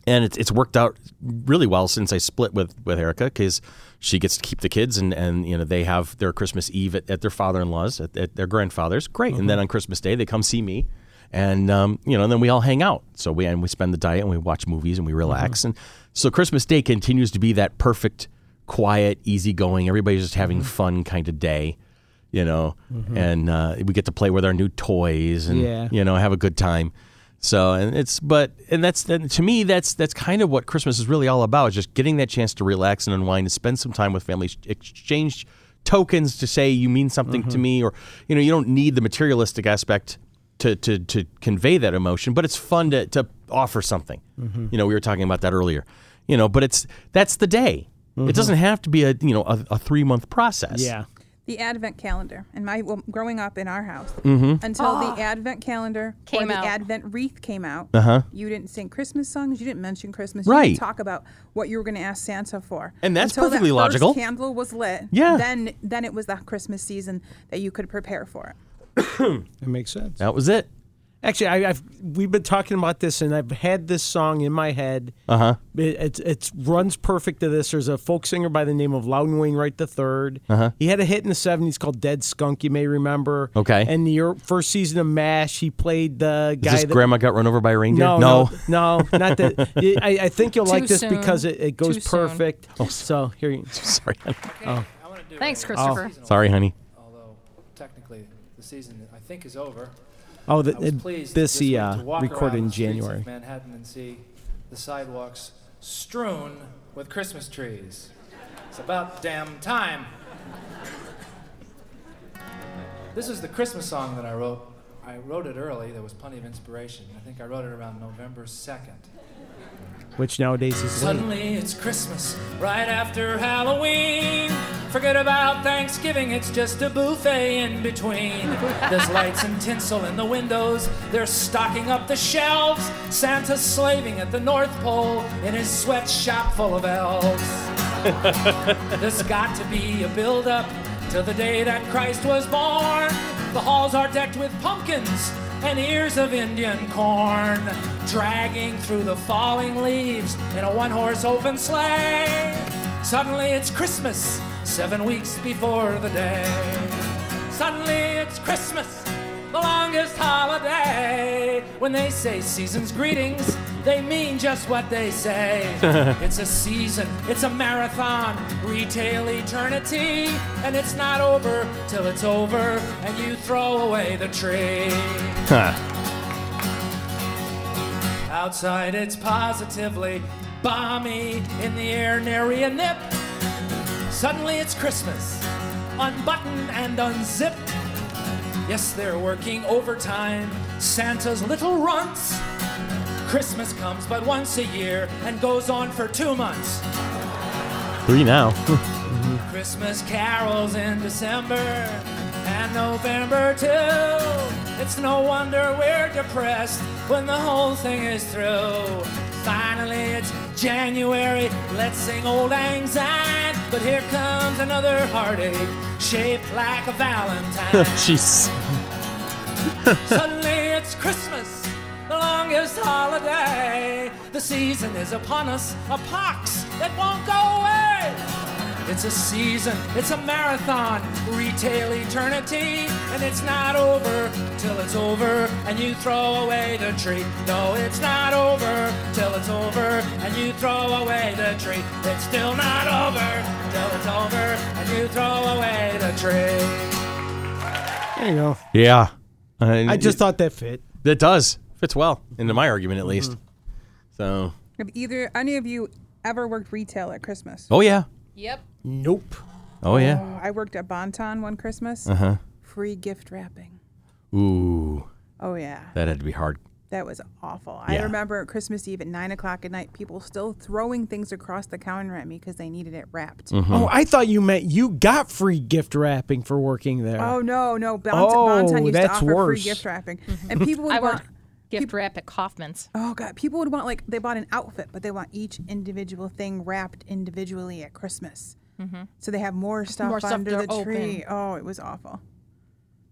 Speaker 2: and it's, it's worked out really well since I split with, with Erica because she gets to keep the kids and, and you know they have their Christmas Eve at, at their father in law's at, at their grandfather's great and then on Christmas Day they come see me and um, you know and then we all hang out so we and we spend the diet and we watch movies and we relax and so Christmas Day continues to be that perfect quiet easygoing everybody's just having fun kind of day you know and uh, we get to play with our new toys and
Speaker 4: Yeah.
Speaker 2: you know have a good time so and it's but and that's and to me that's that's kind of what christmas is really all about is just getting that chance to relax and unwind and spend some time with family exchange tokens to say you mean something
Speaker 4: Mm-hmm.
Speaker 2: to me or you know you don't need the materialistic aspect to to, to convey that emotion but it's fun to, to offer something
Speaker 4: Mm-hmm.
Speaker 2: you know we were talking about that earlier you know but it's that's the day it doesn't have to be a you know a, a three month process
Speaker 4: Mm-hmm. Yeah.
Speaker 5: the advent calendar. And my well, growing up in our house,
Speaker 2: Mm-hmm.
Speaker 5: until the advent calendar or
Speaker 3: Ah. Came
Speaker 5: the
Speaker 3: out.
Speaker 5: advent wreath came out, uh-huh. you didn't sing Christmas songs. You didn't mention Christmas. You
Speaker 2: Right.
Speaker 5: didn't talk about what you were going to ask Santa for.
Speaker 2: And that's
Speaker 5: Until that
Speaker 2: perfectly
Speaker 5: first
Speaker 2: logical.
Speaker 5: candle was lit.
Speaker 2: Yeah.
Speaker 5: Then then it was the Christmas season that you could prepare for it.
Speaker 4: That makes sense.
Speaker 2: That was it.
Speaker 4: Actually, I, I've we've been talking about this, and I've had this song in my head. Uh
Speaker 2: Uh-huh.
Speaker 4: huh. It, it's it's runs perfect to this. There's a folk singer by the name of Loudon Wainwright III. Uh
Speaker 2: Uh-huh.
Speaker 4: huh. He had a hit in the '70s called "Dead Skunk." You may remember.
Speaker 2: Okay.
Speaker 4: And the year- first season of Mash, he played the
Speaker 2: Is
Speaker 4: guy.
Speaker 2: this
Speaker 4: that,
Speaker 2: grandma got run over by a reindeer?
Speaker 4: No, no, no, not that. I, I think you'll
Speaker 3: Too
Speaker 4: like this
Speaker 3: soon.
Speaker 4: because it, it goes
Speaker 3: Too soon.
Speaker 4: perfect. So here you.
Speaker 2: (laughs) Oh, Sorry.
Speaker 3: Thanks, Christopher.
Speaker 2: Oh. Sorry, honey.
Speaker 7: although technically the season I think is over.
Speaker 4: Oh, the,
Speaker 7: I was pleased
Speaker 4: this
Speaker 7: this
Speaker 4: he
Speaker 7: week
Speaker 4: uh,
Speaker 7: to walk
Speaker 4: recorded
Speaker 7: around
Speaker 4: in
Speaker 7: the streets
Speaker 4: January.
Speaker 7: of Manhattan and see the sidewalks strewn with Christmas trees. It's about damn time. This is the Christmas song that I wrote. I wrote it early. There was plenty of inspiration. I think I wrote it around November 2nd.
Speaker 4: Which nowadays is late.
Speaker 7: Suddenly it's Christmas, right after Halloween. Forget about Thanksgiving, it's just a buffet in between. There's lights and tinsel in the windows, they're stocking up the shelves. Santa's slaving at the North Pole in his sweatshop full of elves. There's got to be a build up to the day that Christ was born. The halls are decked with pumpkins and ears of Indian corn, dragging through the falling leaves in a one horse open sleigh. Suddenly it's Christmas, seven weeks before the day. Suddenly it's Christmas, the longest holiday. When they say season's greetings, they mean just what they say. it's a season, it's a marathon, retail eternity, and it's not over till it's over and you throw away the tree. Outside it's positively balmy, in the air nary a nip. Suddenly it's Christmas, unbuttoned and unzipped. Yes, they're working overtime, Santa's little runts. Christmas comes but once a year and goes on for two months.
Speaker 2: Three now. (laughs)
Speaker 7: Christmas carols in December and November too. It's no wonder we're depressed when the whole thing is through. Finally, it's January. Let's sing old anxiety. But here comes another heartache shaped like a Valentine.
Speaker 2: Jeez.
Speaker 7: Suddenly it's Christmas, the longest holiday. The season is upon us, a pox that won't go away. It's a season, it's a marathon, retail eternity, and it's not over till it's over and you throw away the tree. No, it's not over till it's over and you throw away the tree. It's still not over till it's over and you throw away the tree.
Speaker 4: There you go.
Speaker 2: Yeah.
Speaker 4: I just thought that fit.
Speaker 2: Uh, that does fits well into my argument at least. So.
Speaker 5: Have either any of you ever worked retail at Christmas?
Speaker 2: Oh yeah.
Speaker 3: Yep.
Speaker 4: Nope.
Speaker 2: Oh yeah. Uh-huh.
Speaker 5: I worked at Bonton one Christmas. Free gift wrapping.
Speaker 2: Ooh,
Speaker 5: Oh yeah,
Speaker 2: that had to be hard.
Speaker 5: that was awful.
Speaker 2: Yeah.
Speaker 5: I remember at Christmas Eve at nine o'clock at night, people still throwing things across the counter at me because they needed it wrapped.
Speaker 2: Hmm.
Speaker 4: Oh, I thought you meant you got free gift wrapping for working there.
Speaker 5: Oh no, no, Bont-
Speaker 4: Oh,
Speaker 5: Bonton used to
Speaker 4: that's
Speaker 5: offer
Speaker 4: worse.
Speaker 5: free gift wrapping, and people would
Speaker 3: Mm-hmm. (laughs) I
Speaker 5: want.
Speaker 3: worked gift wrap at Kaufman's.
Speaker 5: Oh god, people would want like they bought an outfit, but they want each individual thing wrapped individually at Christmas. So they have more stuff
Speaker 3: Mm-hmm. More stuff
Speaker 5: under
Speaker 3: they're
Speaker 5: the tree. Oh, it was awful. (sighs)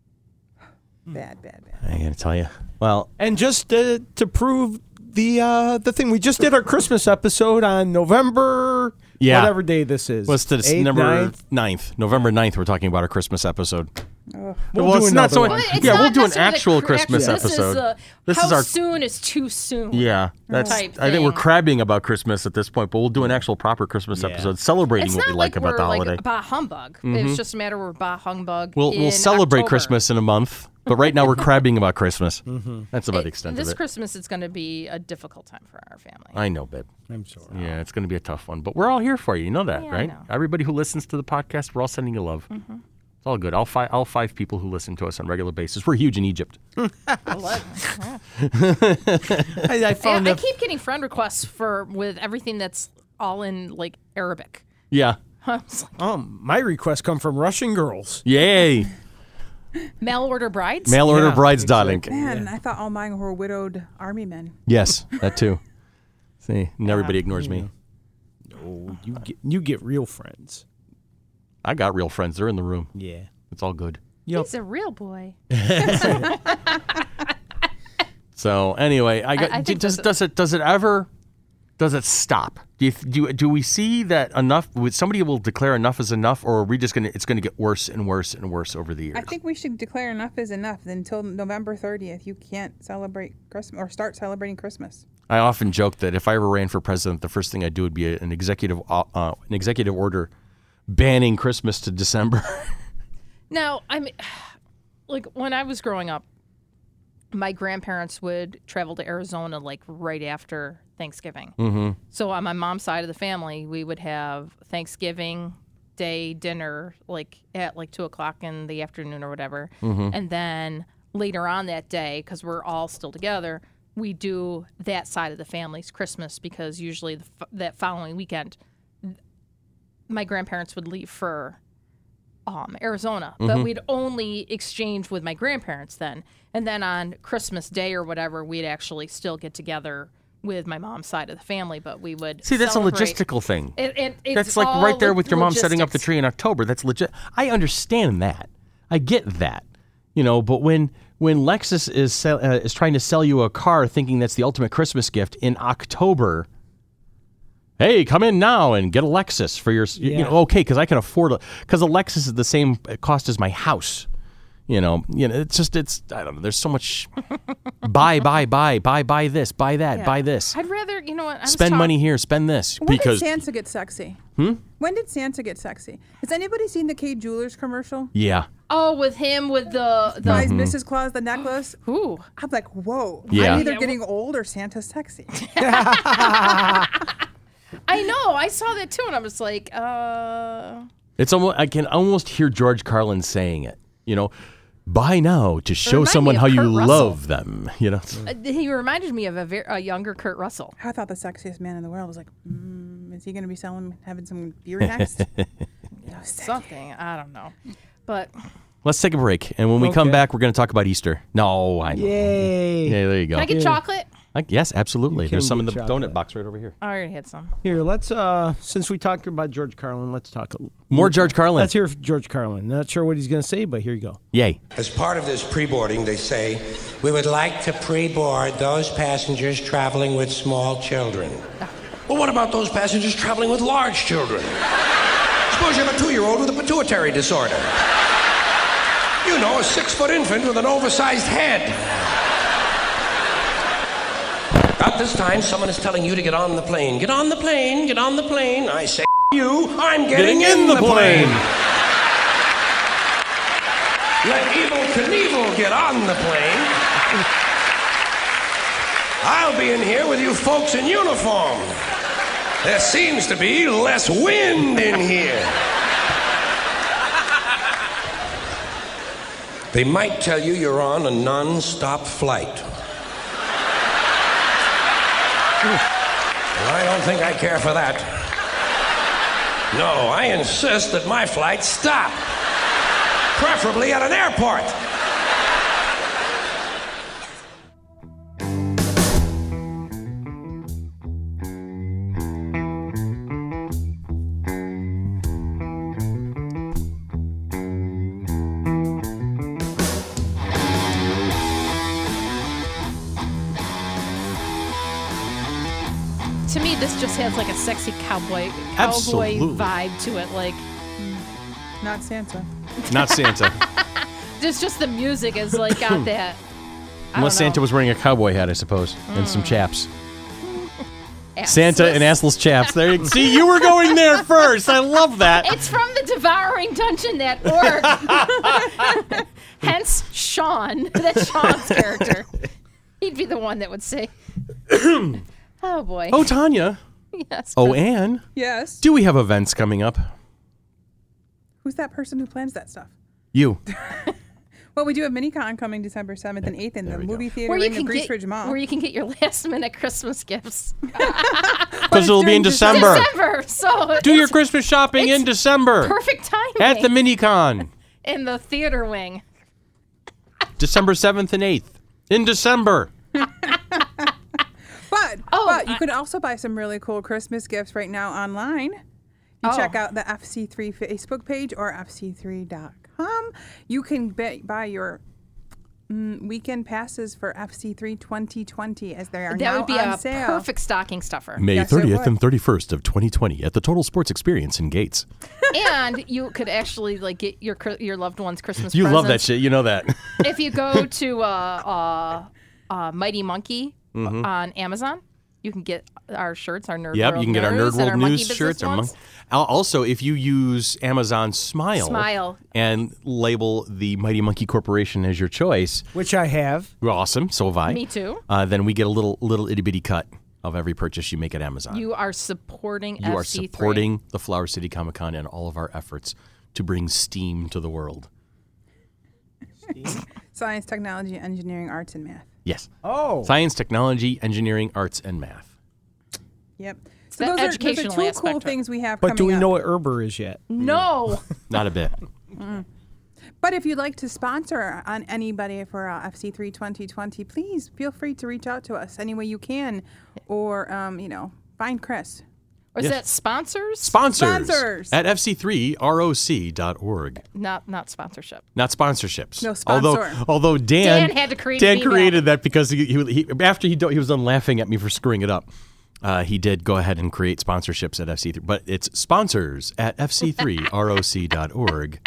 Speaker 4: Hmm.
Speaker 5: Bad, bad, bad.
Speaker 2: I gotta tell you. Well,
Speaker 4: And just to, to prove the uh, the thing, we just did our Christmas episode on November
Speaker 2: Yeah.
Speaker 4: whatever day this is.
Speaker 2: what's the
Speaker 4: Eighth,
Speaker 2: number
Speaker 4: ninth?
Speaker 2: 9th, November 9th, We're talking about our Christmas episode.
Speaker 4: We'll,
Speaker 2: Well,
Speaker 4: do
Speaker 2: it's not
Speaker 4: another
Speaker 2: so-
Speaker 4: one.
Speaker 2: Well, Yeah, we'll do an actual Christmas
Speaker 3: This
Speaker 2: episode.
Speaker 3: is, uh,
Speaker 2: This
Speaker 3: how
Speaker 2: is our-
Speaker 3: soon is too soon.
Speaker 2: Yeah, that's.
Speaker 3: Type
Speaker 2: I think we're
Speaker 3: thing.
Speaker 2: crabbing about Christmas at this point, but we'll do an actual proper Christmas episode celebrating
Speaker 3: It's
Speaker 2: what
Speaker 3: not
Speaker 2: we like,
Speaker 3: like
Speaker 2: about
Speaker 3: we're
Speaker 2: the
Speaker 3: like
Speaker 2: holiday. Mm-hmm.
Speaker 3: bah humbug. It's just a matter we're bah humbug.
Speaker 2: we'll
Speaker 3: in
Speaker 2: we'll celebrate
Speaker 3: October.
Speaker 2: Christmas in a month, but right now we're crabbing about Christmas. That's about the extent of
Speaker 3: This
Speaker 2: it.
Speaker 3: Christmas is going to be a difficult time for our family.
Speaker 2: I know, babe.
Speaker 4: I'm sorry.
Speaker 2: Yeah, it's going to be a tough one, but we're all here for you. You know that,
Speaker 3: Yeah, I
Speaker 2: right?
Speaker 3: know. Mm-hmm.
Speaker 2: Everybody who listens to the podcast, we're all sending you love. It's all good. All five, all five people who listen to us on a regular basis. We're huge in Egypt.
Speaker 4: I, I
Speaker 3: Yeah,
Speaker 4: found
Speaker 3: I
Speaker 4: the-
Speaker 3: keep getting friend requests for with everything that's all in like Arabic. (laughs)
Speaker 2: Yeah.
Speaker 3: I was like,
Speaker 4: Um, my requests come from Russian girls.
Speaker 2: Yay!
Speaker 3: mail order brides.
Speaker 2: Mail order
Speaker 4: Yeah,
Speaker 2: brides,
Speaker 4: exactly.
Speaker 2: darling.
Speaker 5: Man, I thought all mine were widowed army men.
Speaker 2: Yes, that too. See, and everybody ignores me.
Speaker 4: Oh, you get you get real friends.
Speaker 2: I got real friends. They're in the room.
Speaker 4: Yeah.
Speaker 2: It's all good.
Speaker 3: He's a real boy.
Speaker 2: So anyway, I got.
Speaker 3: I
Speaker 2: d-
Speaker 3: think
Speaker 2: does,
Speaker 3: that's-
Speaker 2: does it does it ever does it stop? Do you, do you- do we see that enough? Would somebody will declare enough is enough, or are we just gonna? It's gonna get worse and worse and worse over the years.
Speaker 5: I think we should declare enough is enough. Then Until November 30th, you can't celebrate Christmas or start celebrating Christmas.
Speaker 2: I often joke that if I ever ran for president, the first thing I'd do would be an executive uh, uh, an executive order banning Christmas to December.
Speaker 3: Now, I mean, (sighs) like when I was growing up, my grandparents would travel to Arizona like right after Thanksgiving. Mm-hmm. So on my mom's side of the family, we would have Thanksgiving day dinner like at like two o'clock in the afternoon or whatever, and then later on that day because we're all still together. We do that side of the family's Christmas because usually the f- that following weekend, my grandparents would leave for um, Arizona,
Speaker 2: Mm-hmm.
Speaker 3: but we'd only exchange with my grandparents then. And then on Christmas Day or whatever, we'd actually still get together with my mom's side of the family, but we would
Speaker 2: See, that's
Speaker 3: celebrate.
Speaker 2: a logistical thing.
Speaker 3: It, it- it's
Speaker 2: that's like
Speaker 3: all
Speaker 2: right there with your mom setting up the
Speaker 3: logistics.
Speaker 2: tree in October. That's legit. I understand that. I get that. You know, but when when Lexus is sell, uh, is trying to sell you a car, thinking that's the ultimate Christmas gift in October. Hey, come in now and get a Lexus for your. s- You know, okay, because I can afford a because a Lexus is the same cost as my house. You know, you know, it's just it's I don't know. There's so
Speaker 3: (laughs)
Speaker 2: much buy, buy, buy, buy, buy this, buy that, buy this,
Speaker 3: I'd rather, you know what? I was
Speaker 2: spend
Speaker 3: talk-
Speaker 2: money here, spend this
Speaker 5: When
Speaker 2: because
Speaker 5: did Santa get sexy? Hmm? When did Santa get sexy? Has anybody seen the K Jewelers commercial?
Speaker 2: yeah. Mm-hmm.
Speaker 3: Oh, with him, with the. the
Speaker 5: Buys Mrs. Claus the necklace.
Speaker 3: Ooh.
Speaker 5: I'm like, whoa.
Speaker 2: Yeah.
Speaker 5: I'm either
Speaker 3: Yeah,
Speaker 5: getting old or Santa's sexy. (laughs)
Speaker 3: I know. I saw that too, and I was like, uh.
Speaker 2: It's almost I can almost hear George Carlin saying it. You know, buy now to show
Speaker 3: reminds me
Speaker 2: someone
Speaker 3: of
Speaker 2: how you
Speaker 3: Kurt Russell.
Speaker 2: love them. You know,
Speaker 3: uh, He reminded me of a, ver- a younger Kurt Russell.
Speaker 5: I thought the sexiest man in the world was like, mm, is he going to be selling, having some
Speaker 2: (laughs)
Speaker 5: beer next?
Speaker 3: Something. I don't know. But
Speaker 2: Oh.
Speaker 3: can
Speaker 2: let's take a break, and when we come back, we're going to talk about Easter. No, I know.
Speaker 4: Yay.
Speaker 2: Yeah, there you go.
Speaker 3: I get chocolate?
Speaker 2: Like, yes, absolutely. There's
Speaker 4: can
Speaker 2: some in
Speaker 4: get
Speaker 2: the
Speaker 4: chocolate.
Speaker 2: donut box right over here.
Speaker 3: I already had some.
Speaker 4: Here, let's uh since we talked about George Carlin, let's talk a
Speaker 2: More George Carlin.
Speaker 4: Mm. Let's hear George Carlin. Not sure what he's going to say, but here you go. (laughs)
Speaker 2: Yay.
Speaker 8: As part of this pre-boarding, they say, we would like to pre-board those passengers traveling with small children.
Speaker 6: Well, what about those passengers traveling with large children?
Speaker 8: Suppose you have a two-year-old with a pituitary disorder.
Speaker 6: You know, a six foot infant with an oversized head.
Speaker 8: About this time, someone is telling you to get on the plane. Get on the plane, get on the plane. I say, you, I'm getting, in the plane.
Speaker 6: Let evil Knievel get on the plane. I'll be in here with you folks in uniform. There seems to be less wind in here.
Speaker 8: They might tell you you're on a non-stop flight.
Speaker 6: Well, I don't think I care for that. No, I insist that my flight stop, preferably at an airport.
Speaker 3: to me this just has like a sexy cowboy cowboy
Speaker 2: Absolutely.
Speaker 3: vibe to it like
Speaker 5: Not Santa.
Speaker 2: Not Santa.
Speaker 3: just just the music is like
Speaker 2: (laughs)
Speaker 3: got that I
Speaker 2: Unless
Speaker 3: don't know.
Speaker 2: Santa was wearing a cowboy hat, I suppose, and
Speaker 3: Mm.
Speaker 2: some chaps.
Speaker 3: Ass.
Speaker 2: Santa and assless chaps. There. You, see, you were going
Speaker 3: (laughs)
Speaker 2: there first. I love that.
Speaker 3: it's from the devouring dungeon that orc
Speaker 2: (laughs)
Speaker 3: hence sean (laughs) that's sean's character he'd be the one that
Speaker 2: (clears throat)
Speaker 3: would say oh boy
Speaker 2: Oh, Tanya.
Speaker 3: (laughs) yes
Speaker 2: Oh, Anne.
Speaker 5: Yes.
Speaker 2: Do we have events coming up?
Speaker 3: (laughs)
Speaker 5: Who's that person who plans that stuff?
Speaker 2: You.
Speaker 5: Well, we do have MiniCon coming December 7th and 8th in the movie theater
Speaker 3: where you
Speaker 5: in the
Speaker 3: can
Speaker 5: Breeze
Speaker 3: get
Speaker 5: Ridge Mall.
Speaker 3: where you can get your last minute Christmas gifts.
Speaker 2: Because it'll be in
Speaker 5: during
Speaker 2: December.
Speaker 3: December, so
Speaker 2: Do
Speaker 3: it's
Speaker 2: your Christmas shopping in
Speaker 3: it's
Speaker 2: December
Speaker 3: perfect timing
Speaker 2: at the MiniCon,
Speaker 3: in the theater wing.
Speaker 2: December seventh and eighth. In December,
Speaker 5: but,
Speaker 3: Oh,
Speaker 5: but you
Speaker 3: I-
Speaker 5: could also buy some really cool Christmas gifts right now online. You
Speaker 3: Oh.
Speaker 5: check out the FC3 Facebook page or FC3.com. You can be- buy your mm, weekend passes for FC3 2020 as they are
Speaker 3: That
Speaker 5: now
Speaker 3: would be
Speaker 5: on
Speaker 3: a
Speaker 5: sale.
Speaker 3: perfect
Speaker 2: (laughs)
Speaker 3: stocking stuffer.
Speaker 2: May
Speaker 5: Yes, it 30th would. and
Speaker 2: thirty first of twenty twenty at the Total Sports Experience in Gates.
Speaker 3: and you could actually like get your cri- your loved one's Christmas.
Speaker 2: You love that
Speaker 3: presents.
Speaker 2: shit. You know that.
Speaker 3: If you go to uh, uh, uh, Mighty Monkey on Amazon, you can get our shirts, our
Speaker 2: (laughs)
Speaker 3: nerd.
Speaker 2: Mm-hmm. Yep,
Speaker 3: World
Speaker 2: you can get our
Speaker 3: News
Speaker 2: Nerd
Speaker 3: and
Speaker 2: World
Speaker 3: our Monkey
Speaker 2: News
Speaker 3: Business
Speaker 2: shirts. Our
Speaker 3: ones.
Speaker 2: monk- Al- also, if you use Amazon Smile,
Speaker 3: Smile.
Speaker 2: and label the Mighty Monkey Corporation as your choice,
Speaker 4: Which I have.
Speaker 2: well, awesome. So have I.
Speaker 3: Me too.
Speaker 2: Uh, then we get a little little itty bitty cut of every purchase you make at Amazon.
Speaker 3: You are supporting.
Speaker 2: You are
Speaker 3: FC3.
Speaker 2: supporting the Flower City Comic Con and all of our efforts to bring STEAM to the world.
Speaker 5: Science, technology, engineering, arts, and math.
Speaker 2: Yes.
Speaker 4: Oh.
Speaker 2: Science, technology, engineering, arts, and math.
Speaker 5: Yep. So
Speaker 3: the
Speaker 5: those are, those are
Speaker 3: educational
Speaker 5: two
Speaker 3: aspect
Speaker 5: cool
Speaker 3: of it.
Speaker 5: things we have
Speaker 4: But
Speaker 5: coming
Speaker 4: do we
Speaker 5: up.
Speaker 4: know what Erber is yet?
Speaker 2: (laughs)
Speaker 3: No.
Speaker 2: Not a
Speaker 4: (laughs)
Speaker 2: bit.
Speaker 5: But if you'd like to sponsor on anybody for uh, FC3 2020, please feel free to reach out to us any way you can, or um, you know, find Chris.
Speaker 3: Or is that sponsors?
Speaker 2: Sponsors,
Speaker 5: Sponsors.
Speaker 2: at fc3roc.org.
Speaker 3: not not sponsorship.
Speaker 2: Not sponsorships.
Speaker 5: No,
Speaker 2: Although,
Speaker 5: sponsor.
Speaker 2: although Dan,
Speaker 3: Dan had to create
Speaker 2: Dan
Speaker 3: an email.
Speaker 2: created that because he, he, he after he do- he was done laughing at me for screwing it up. Uh, he did go ahead and create sponsorships at FC3, but it's sponsors at
Speaker 3: (laughs)
Speaker 2: fc3roc.org.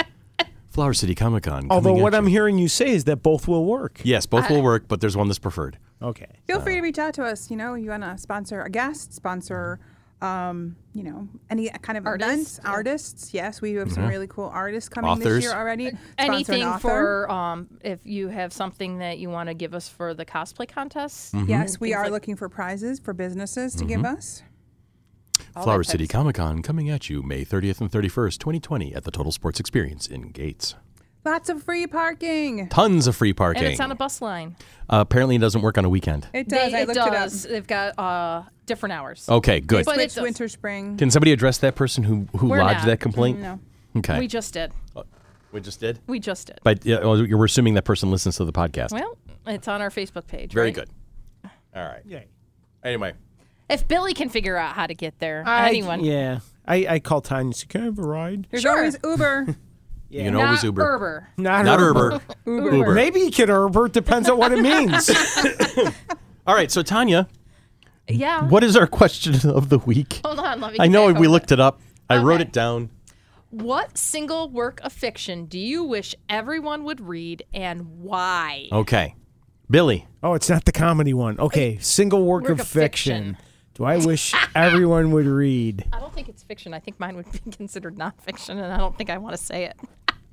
Speaker 2: Flower City Comic Con.
Speaker 4: Although
Speaker 2: coming
Speaker 4: what
Speaker 2: at
Speaker 4: I'm
Speaker 2: you.
Speaker 4: hearing you say is that both will work.
Speaker 2: yes, both
Speaker 3: Uh,
Speaker 2: will work, but there's one that's preferred.
Speaker 4: Okay.
Speaker 5: Feel free to reach out to us. You know, you want to sponsor a guest, sponsor, um, you know, any kind of
Speaker 3: Artists,
Speaker 5: events, artists. Yes, we have some really cool artists coming
Speaker 2: Mm-hmm. Authors.
Speaker 5: this year already. Sponsor an
Speaker 3: Anything
Speaker 5: author.
Speaker 3: for um, if you have something that you want to give us for the cosplay contest.
Speaker 2: Mm-hmm.
Speaker 5: Yes, we are looking for prizes for businesses to give us. All
Speaker 2: Flower
Speaker 5: that type
Speaker 2: City
Speaker 5: of-
Speaker 2: Comic Con coming at you May 30th and 31st, 2020, at the Total Sports Experience in Gates.
Speaker 5: Lots of free parking.
Speaker 2: Tons of free parking.
Speaker 3: And it's on a bus line.
Speaker 2: uh, apparently, it doesn't work on a weekend.
Speaker 5: It does.
Speaker 3: They-
Speaker 5: I
Speaker 3: it
Speaker 5: looked
Speaker 3: does.
Speaker 5: it
Speaker 3: They've got uh, different hours.
Speaker 2: Okay, good.
Speaker 5: up.
Speaker 3: But it
Speaker 5: Switch
Speaker 3: does.
Speaker 5: winter, spring.
Speaker 2: Can somebody address that person who, who
Speaker 3: We're
Speaker 2: lodged
Speaker 3: not.
Speaker 2: that complaint?
Speaker 5: no.
Speaker 2: Okay.
Speaker 3: We just did.
Speaker 2: we just did.
Speaker 3: We just did.
Speaker 2: But yeah, well, you're assuming that person listens to the podcast.
Speaker 3: Well, it's on our Facebook page.
Speaker 2: Very
Speaker 3: right?
Speaker 2: good. All right. Anyway,
Speaker 3: If Billy can figure out how to get there, anyone.
Speaker 4: Yeah. I, I call Tanya and say, Can I have a ride?
Speaker 5: There's
Speaker 3: Sure.
Speaker 5: always
Speaker 2: (laughs)
Speaker 5: Uber.
Speaker 2: you can
Speaker 3: Not
Speaker 2: always Uber.
Speaker 3: Erber.
Speaker 2: Not (laughs) Uber.
Speaker 3: Uber.
Speaker 4: Maybe you can Uber. Depends on what it means.
Speaker 2: All right. So Tanya,
Speaker 3: Yeah.
Speaker 2: what is our (laughs) question of the week?
Speaker 3: Hold on. Let me.
Speaker 2: I
Speaker 3: get
Speaker 2: know
Speaker 3: back
Speaker 2: we
Speaker 3: over
Speaker 2: looked it up. I wrote
Speaker 3: Oh, Okay.
Speaker 2: it down.
Speaker 3: What single work of fiction do you wish everyone would read and why?
Speaker 2: Okay. Billy,
Speaker 4: oh, it's not the comedy one. Okay. Single work,
Speaker 3: Work
Speaker 4: of,
Speaker 3: of
Speaker 4: fiction.
Speaker 3: fiction.
Speaker 4: Do I wish everyone would read?
Speaker 3: I don't think it's fiction. I think mine would be (laughs) considered nonfiction, and I don't think I want to say it.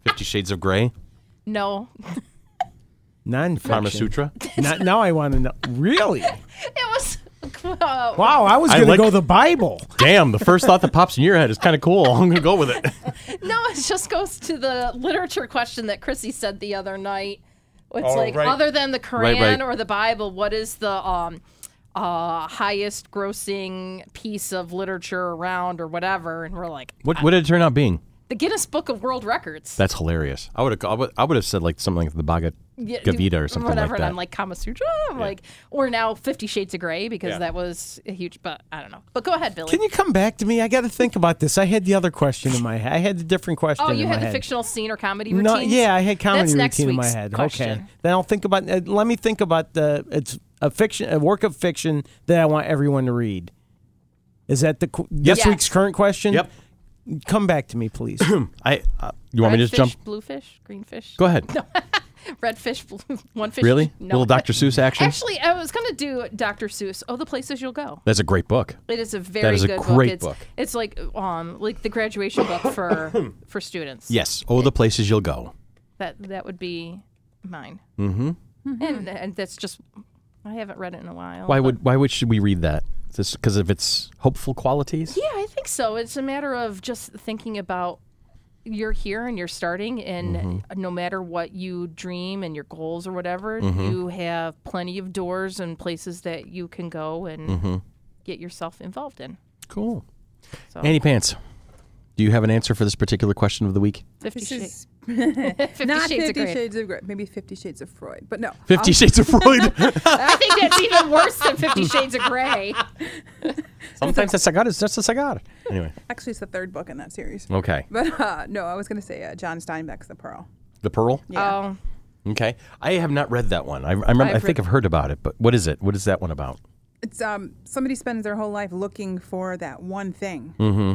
Speaker 2: Fifty Shades of Grey,
Speaker 3: No, (laughs)
Speaker 4: Nonfiction.
Speaker 2: Kama Sutra.
Speaker 4: Not, now I want to know. Really?
Speaker 3: it was. (laughs) uh,
Speaker 4: Wow. I was
Speaker 2: I
Speaker 4: going to
Speaker 2: like-
Speaker 4: go the Bible.
Speaker 2: (laughs) Damn, the first thought that pops in your head is kind of cool. (laughs) I'm gonna go with it.
Speaker 3: No, it just goes to the literature question that Chrissy said the other night. It's
Speaker 2: Oh,
Speaker 3: like
Speaker 2: right.
Speaker 3: other than the
Speaker 2: Right,
Speaker 3: Koran
Speaker 2: right.
Speaker 3: or the Bible, what is the um, uh, highest grossing piece of literature around or whatever? And we're like,
Speaker 2: What, what did it turn out being?
Speaker 3: the Guinness Book of World Records.
Speaker 2: That's hilarious. I would have. I would have said like something like the Bhagavad
Speaker 3: Yeah,
Speaker 2: Gita or something
Speaker 3: whatever,
Speaker 2: like
Speaker 3: and
Speaker 2: that.
Speaker 3: I'm like Kama Sutra. I'm like, or now Fifty Shades of Grey because
Speaker 2: Yeah.
Speaker 3: that was a huge. But I don't know. But go ahead, Billy.
Speaker 4: Can you come back to me? I got to think about this. I had the other question in my head. I had the different question.
Speaker 3: oh, you
Speaker 4: in my
Speaker 3: had the
Speaker 4: head.
Speaker 3: fictional scene or comedy routine.
Speaker 4: No, yeah, I had comedy
Speaker 3: That's next
Speaker 4: routine in my
Speaker 3: week's
Speaker 4: head. Okay,
Speaker 3: question.
Speaker 4: then I'll think about. Uh, let me think about the. It's a fiction, a work of fiction that I want everyone to read. Is that the qu- this
Speaker 3: Yes.
Speaker 4: week's current question?
Speaker 2: Yep.
Speaker 3: "Mm."
Speaker 4: Come back to me, please.
Speaker 2: I. Uh, you want me to just jump?
Speaker 3: Redfish, Bluefish, greenfish.
Speaker 2: Go
Speaker 3: (laughs)
Speaker 2: ahead.
Speaker 3: Red fish, blue, (laughs) one fish.
Speaker 2: Really?
Speaker 3: No.
Speaker 2: Little Dr. Seuss action.
Speaker 3: Actually, I was gonna do Dr. Seuss. Oh, the places you'll go.
Speaker 2: That's a great book.
Speaker 3: It is a very
Speaker 2: is a
Speaker 3: good
Speaker 2: great
Speaker 3: book.
Speaker 2: book.
Speaker 3: It's, it's like um like the graduation book
Speaker 2: (coughs)
Speaker 3: for for students.
Speaker 2: Yes. Oh, the places you'll go.
Speaker 3: That that would be mine. Mm-hmm. And and that's just I haven't read it in a while.
Speaker 2: Why
Speaker 3: but-
Speaker 2: would Why would should we read that? Just because of its hopeful qualities?
Speaker 3: Yeah, I think so. It's a matter of just thinking about you're here and you're starting, and no matter what you dream and your goals or whatever, you have plenty of doors and places that you can go and get yourself involved in.
Speaker 2: Cool.
Speaker 3: So-
Speaker 2: Annie Pants, do you have an answer for this particular question of the week?
Speaker 3: Fifty
Speaker 5: This
Speaker 3: Shades.
Speaker 5: is
Speaker 3: Fifty
Speaker 5: not
Speaker 3: Shades
Speaker 5: Fifty
Speaker 3: of Grey. (laughs)
Speaker 5: Shades of Grey. Maybe Fifty Shades of Freud, but no.
Speaker 2: Fifty Shades of Freud.
Speaker 3: I think that's even worse than Fifty Shades of Grey.
Speaker 2: Sometimes a cigar is just a cigar. Anyway,
Speaker 5: Actually, it's the third book in that series.
Speaker 2: okay.
Speaker 5: But uh, no, I was going to say uh, John Steinbeck's The Pearl.
Speaker 2: The Pearl.
Speaker 3: Oh,
Speaker 2: Okay. I have not read that one. I, I remember. i
Speaker 3: I've
Speaker 2: think
Speaker 3: read-
Speaker 2: I've heard about it, but what is it? What is that one about?
Speaker 5: It's um, somebody spends their whole life looking for that one thing,
Speaker 2: Mm-hmm.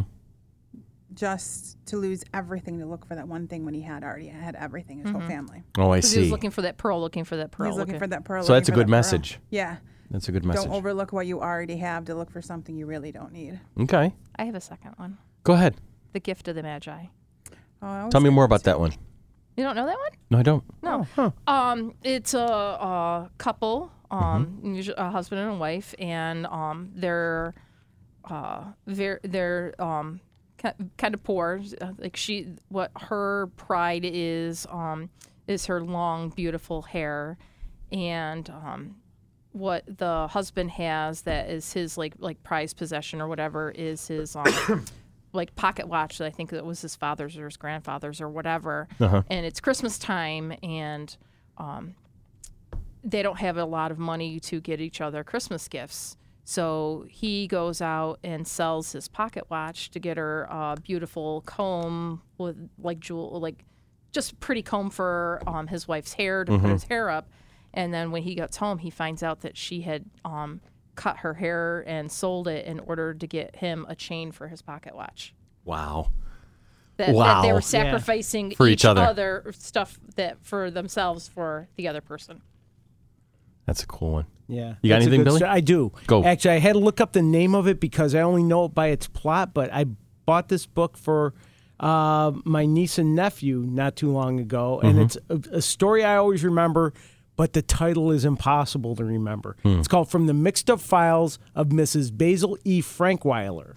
Speaker 5: just to lose everything to look for that one thing when he had already had everything his whole family.
Speaker 2: Oh, I
Speaker 3: he was
Speaker 2: see.
Speaker 3: looking for that pearl, looking for that pearl.
Speaker 5: He's looking for that Mm-hmm. pearl.
Speaker 2: So that's
Speaker 5: looking
Speaker 2: a
Speaker 5: for
Speaker 2: good
Speaker 5: that pearl.
Speaker 2: message.
Speaker 5: Yeah.
Speaker 2: That's a good message.
Speaker 5: Don't overlook what you already have to look for something you really don't need.
Speaker 2: okay.
Speaker 3: I have a second one.
Speaker 2: Go ahead.
Speaker 3: The Gift of the Magi.
Speaker 5: Oh, I
Speaker 2: Tell
Speaker 5: was-
Speaker 2: me more about that one.
Speaker 3: You don't know that one?
Speaker 2: No, I don't.
Speaker 3: No. Um, it's a, a couple, um, usually a husband and a wife, and um, they're uh, they're they're um, kind of poor. Uh, Like she, what her pride is um, is her long, beautiful hair, and um, what the husband has that is his like like prized possession or whatever is his um, like pocket watch that I think that was his father's or his grandfather's or whatever. And it's Christmas time and um, they don't have a lot of money to get each other Christmas gifts. So he goes out and sells his pocket watch to get her a beautiful comb with like jewel like just pretty comb for um, his wife's hair to
Speaker 2: Mm-hmm.
Speaker 3: put his hair up. And then when he gets home, he finds out that she had um, cut her hair and sold it in order to get him a chain for his pocket watch.
Speaker 2: Wow.
Speaker 3: That, that they
Speaker 2: Wow. Yeah.
Speaker 3: were sacrificing
Speaker 2: For
Speaker 3: each,
Speaker 2: each other.
Speaker 3: stuff that for themselves for the other person.
Speaker 2: That's a cool one.
Speaker 4: Yeah.
Speaker 2: You got
Speaker 4: That's a
Speaker 2: anything,
Speaker 4: good
Speaker 2: Billy?
Speaker 4: sto- I do.
Speaker 2: Go.
Speaker 4: Actually, I had to look up the name of it because I only know it by its plot, but I bought this book for uh, my niece and nephew not too long ago. And
Speaker 2: Mm-hmm.
Speaker 4: it's a, a story I always remember, but the title is impossible to remember.
Speaker 2: Hmm.
Speaker 4: It's called From the Mixed Up Files of Mrs. Basil E.
Speaker 2: (laughs)
Speaker 4: Frankweiler.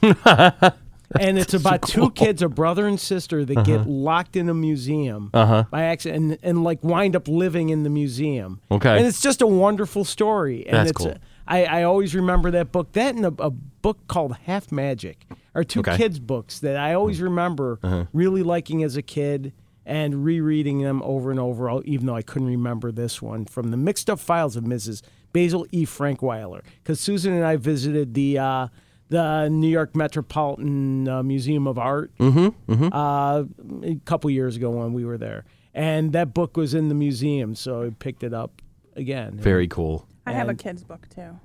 Speaker 4: and it's about two kids, a brother and sister, that
Speaker 2: Uh-huh.
Speaker 4: get locked in a museum by accident and, and like wind up living in the museum.
Speaker 2: Okay.
Speaker 4: And it's just a wonderful story. And
Speaker 2: That's
Speaker 4: it's
Speaker 2: cool.
Speaker 4: I, I always remember that book. That and a, a book called Half Magic are two
Speaker 2: Okay. Hmm. Uh-huh.
Speaker 4: kids' books that I always remember really liking as a kid and rereading them over and over, al- even though I couldn't remember this one from the mixed up files of Mrs. Basil E. Frankweiler. Because Susan and I visited the. Uh, the New York Metropolitan uh, Museum of Art
Speaker 2: Hmm.
Speaker 4: uh, a couple years ago when we were there, and that book was in the museum, so I picked it up again.
Speaker 2: Very cool.
Speaker 5: I have a kid's book too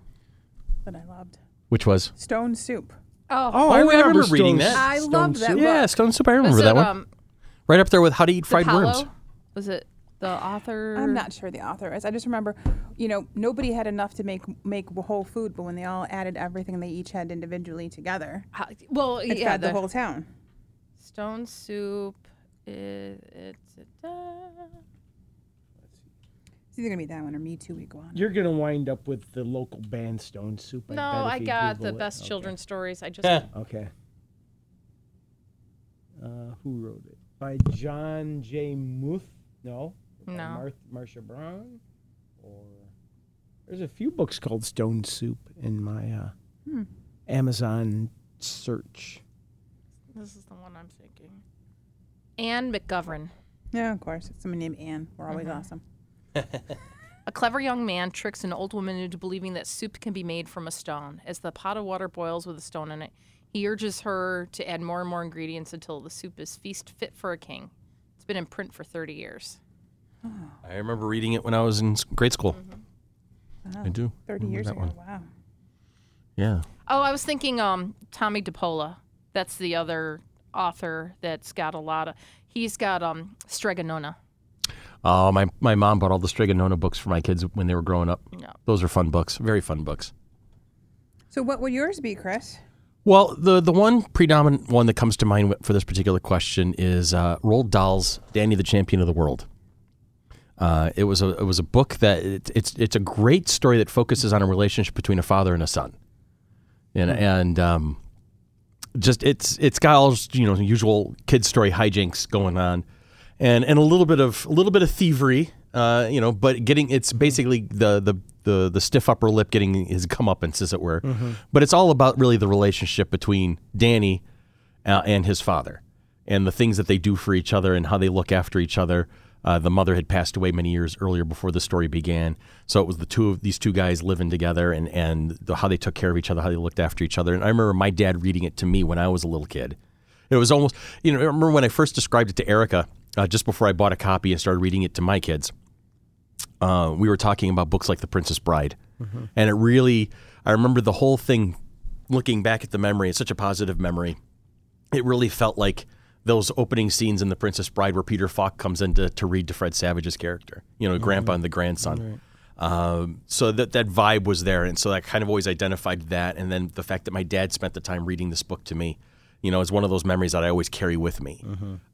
Speaker 5: that I loved
Speaker 2: Which was?
Speaker 5: Stone Soup.
Speaker 2: Oh, I remember reading that.
Speaker 5: I loved that book.
Speaker 2: Yeah, Stone Soup. I remember
Speaker 3: Was
Speaker 2: that
Speaker 3: it,
Speaker 2: one.
Speaker 3: um,
Speaker 2: right up there with How to Eat Fried Worms.
Speaker 3: Paulo? Was it the author?
Speaker 5: I'm not sure the author is. I just remember, you know, nobody had enough to make make whole food, but when they all added everything they each had individually together,
Speaker 3: How- well,
Speaker 5: it
Speaker 3: yeah,
Speaker 5: fed the,
Speaker 3: the
Speaker 5: whole town.
Speaker 3: stone soup. Is, it's uh, a,
Speaker 5: It's either gonna be that one or Me Too Week One.
Speaker 4: You're gonna wind up with the local band Stone Soup. I
Speaker 3: no,
Speaker 4: bet, if
Speaker 3: I
Speaker 4: you
Speaker 3: got
Speaker 4: Google
Speaker 3: the
Speaker 4: it.
Speaker 3: best
Speaker 4: Okay.
Speaker 3: children's stories. I just
Speaker 4: Okay. Uh, who wrote it? By John J. Muth? No. By
Speaker 3: No.
Speaker 4: Marth- Marcia Brown, or there's a few books called Stone Soup in my uh,
Speaker 3: Hmm.
Speaker 4: Amazon search.
Speaker 3: this is the one I'm thinking. Anne McGovern.
Speaker 5: Yeah, of course. It's someone named Anne. We're always
Speaker 3: Mm-hmm.
Speaker 5: awesome.
Speaker 3: A clever young man tricks an old woman into believing that soup can be made from a stone. As the pot of water boils with a stone in it, he urges her to add more and more ingredients until the soup is feast fit for a king. It's been in print for 30 years.
Speaker 2: I remember reading it when I was in s- grade school. I do.
Speaker 5: Thirty years
Speaker 2: that
Speaker 5: ago.
Speaker 2: one.
Speaker 5: Wow.
Speaker 2: Yeah.
Speaker 3: Oh, I was thinking um, Tommy DePola. That's the other author that's got a lot of. He's got um, Stregonona.
Speaker 2: Oh, my, my mom bought all the Stregonona books for my kids when they were growing up.
Speaker 3: No.
Speaker 2: Those are fun books. Very fun books.
Speaker 5: So what would yours
Speaker 2: (laughs)
Speaker 5: be, Chris?
Speaker 2: Well, the the one predominant one that comes to mind for this particular question is uh, Roald Dahl's "Danny the Champion of the World." Uh, it was a it was a book that it, it's it's a great story that focuses on a relationship between a father and a son, and and um, just it's it's got all you know usual kid story hijinks going on, and and a little bit of a little bit of thievery, uh, you know. But getting it's basically the the the the stiff upper lip getting his comeuppance, as it were. But it's all about really the relationship between Danny uh, and his father, and the things that they do for each other and how they look after each other. Uh, the mother had passed away many years earlier before the story began, so it was the two of these two guys living together and and the, how they took care of each other, how they looked after each other. And I remember my dad reading it to me when I was a little kid. It was almost you know I remember when I first described it to Erica uh, just before I bought a copy and started reading it to my kids uh, we were talking about books like The Princess Bride, and it really I remember the whole thing. Looking back at the memory, it's such a positive memory. It really felt like those opening scenes in The Princess Bride, where Peter Falk comes in to, to read to Fred Savage's character, you know, Grandpa and the grandson. Um, so that that vibe was there, and so I kind of always identified that, and then the fact that my dad spent the time reading this book to me. You know, is one of those memories that I always carry with me.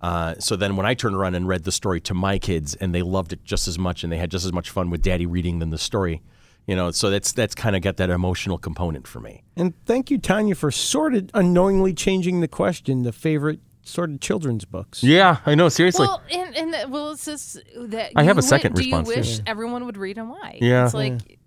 Speaker 2: Uh, so then, when I turned around and read the story to my kids, and they loved it just as much, and they had just as much fun with Daddy reading them the story. You know, so that's that's kind of got that emotional component for me.
Speaker 4: And thank you, Tanya, for sort of unknowingly changing the question. The favorite sort of children's books.
Speaker 2: Yeah, I know. Seriously,
Speaker 3: Well, and, and that, well, it's just that
Speaker 2: I have
Speaker 3: you
Speaker 2: a second
Speaker 3: would-
Speaker 2: response,
Speaker 3: Do
Speaker 2: yeah.
Speaker 3: you wish everyone would read and why?
Speaker 2: Yeah.
Speaker 3: it's like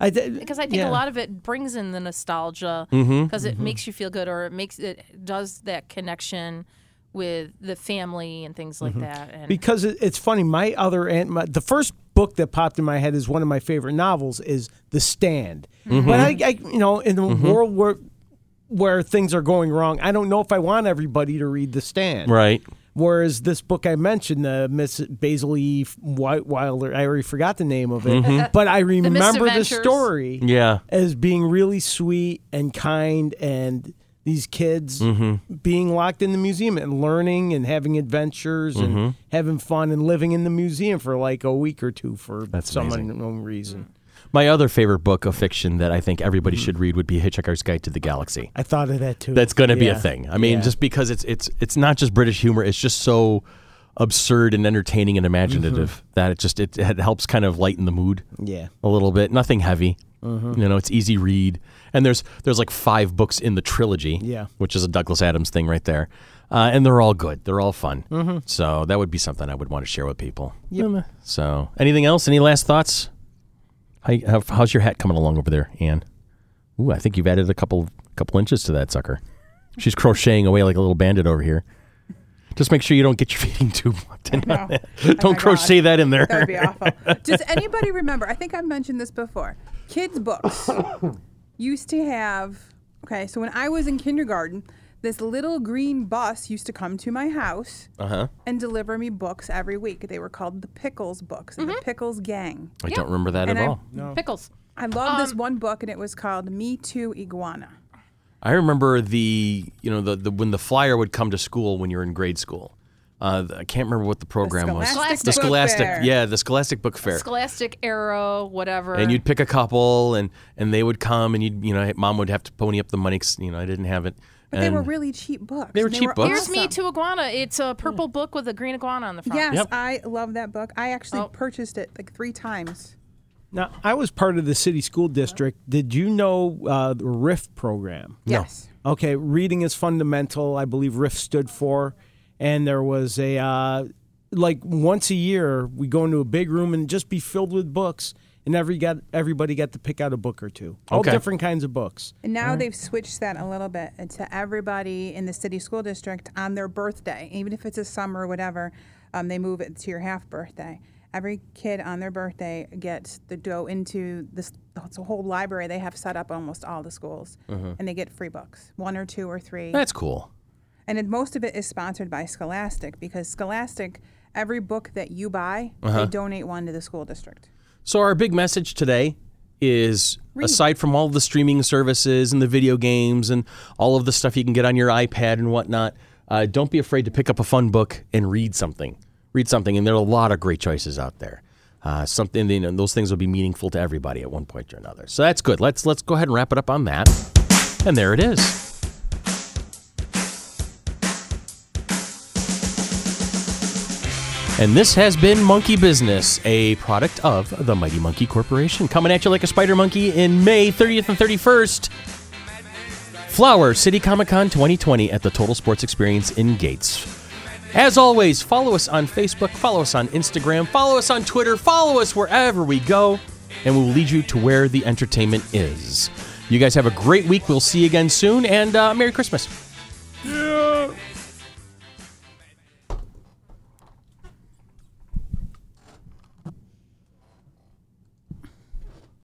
Speaker 4: I th-
Speaker 3: because I think
Speaker 4: yeah.
Speaker 3: a lot of it brings in the nostalgia because
Speaker 2: Mm-hmm.
Speaker 3: it makes you feel good or it makes it does that connection with the family and things like that. And
Speaker 4: because it, it's funny. My other aunt, my, the first book that popped in my head is one of my favorite novels is The Stand. But I, I, you know, in the world where where things are going wrong, I don't know if I want everybody to read The Stand.
Speaker 2: right?
Speaker 4: Whereas this book I mentioned, the Miss Basil E. White Wilder, I already forgot the name of it, but I remember the,
Speaker 3: Misadventures.
Speaker 4: story
Speaker 2: Yeah,
Speaker 4: as being really sweet and kind and these kids
Speaker 2: Mm-hmm.
Speaker 4: being locked in the museum and learning and having adventures
Speaker 2: Mm-hmm.
Speaker 4: and having fun and living in the museum for like a week or two for some unknown reason.
Speaker 2: my other favorite book of fiction that I think everybody
Speaker 4: Mm.
Speaker 2: should read would be Hitchhiker's Guide to the Galaxy.
Speaker 4: I thought of that too.
Speaker 2: That's going to be a
Speaker 4: Oh, Yeah.
Speaker 2: thing. I mean, just because it's it's it's not just British humor; it's just so absurd and entertaining and imaginative
Speaker 4: Mm-hmm.
Speaker 2: that it just it, it helps kind of lighten the mood.
Speaker 4: Yeah.
Speaker 2: a little bit. Nothing heavy. You know, it's easy read. And there's there's like five books in the trilogy.
Speaker 4: Yeah.
Speaker 2: which is a Douglas Adams thing right there. Uh, and they're all good. They're all fun. So that would be something I would want to share with people. Yep. So anything else? Any last thoughts? How, how, how's your hat coming along over there, Anne? Ooh, I think you've added a couple couple inches to that sucker. She's crocheting away like a little bandit over here. Just make sure you don't get your (laughs) feeding tube locked in. on that. (laughs) don't
Speaker 5: Oh God.
Speaker 2: crochet that in there. (laughs)
Speaker 5: That would be awful. Does anybody remember? I think I've mentioned this before.
Speaker 2: (coughs)
Speaker 5: Kids' books used to have. Okay, so when I was in kindergarten, this little green bus used to come to my house
Speaker 2: Uh-huh.
Speaker 5: and deliver me books every week. They were called the Pickles books and the
Speaker 3: Mm-hmm.
Speaker 5: Pickles Gang.
Speaker 2: I don't remember that
Speaker 5: And
Speaker 2: at
Speaker 5: I-
Speaker 2: all.
Speaker 3: pickles.
Speaker 5: I love
Speaker 3: Um,
Speaker 5: this one book, and it was called Me Too Iguana.
Speaker 2: I remember the you know the, the when the flyer would come to school when you were in grade school. Uh, the- I can't remember what the program was.
Speaker 5: Scholastic
Speaker 2: the
Speaker 5: Book
Speaker 2: Scholastic,
Speaker 5: Fair.
Speaker 2: yeah, the Scholastic Book Fair.
Speaker 3: Scholastic Arrow, whatever.
Speaker 2: and you'd pick a couple, and and they would come, and you would you know, mom would have to pony up the money. 'cause, you know, I didn't have it.
Speaker 5: But they were
Speaker 2: And-
Speaker 5: really cheap books.
Speaker 2: They were
Speaker 5: and
Speaker 2: cheap books.
Speaker 3: Here's me
Speaker 5: awesome.
Speaker 3: to iguana. It's a purple book with a green iguana on the front.
Speaker 5: Yes,
Speaker 2: Yep.
Speaker 5: I love that book. I actually
Speaker 3: Oh.
Speaker 5: purchased it like three times.
Speaker 4: Now, I was part of the city school district. Did you know uh, the RIF program?
Speaker 5: Yes.
Speaker 4: Okay, reading is fundamental. I believe RIF stood for, and there was a uh, like once a year we go into a big room and just be filled with books, and every got everybody got to pick out a book or two, all
Speaker 2: Okay.
Speaker 4: different kinds of books.
Speaker 5: And now they've switched that a little bit to everybody in the city school district on their birthday, even if it's a summer or whatever, um, they move it to your half birthday. Every kid on their birthday gets to go into this it's a whole library they have set up almost all the schools, and they get free books, one or two or three.
Speaker 2: That's cool.
Speaker 5: and it, most of it is sponsored by Scholastic because Scholastic, every book that you buy, they donate one to the school district.
Speaker 2: So our big message today is aside from all the streaming services and the video games and all of the stuff you can get on your iPad and whatnot, uh, don't be afraid to pick up a fun book and read something. Read something, and there are a lot of great choices out there. Uh, something you know, those things will be meaningful to everybody at one point or another. So that's good. Let's let's go ahead and wrap it up on that. And there it is. And this has been Monkey Business, a product of the Mighty Monkey Corporation, coming at you like a spider monkey in May 30th and 31st. Flower City Comic Con 2020 at the Total Sports Experience in Gates. As always, follow us on Facebook, follow us on Instagram, follow us on Twitter, follow us wherever we go, and we will lead you to where the entertainment is. You guys have a great week. We'll see you again soon, and uh, Merry Christmas.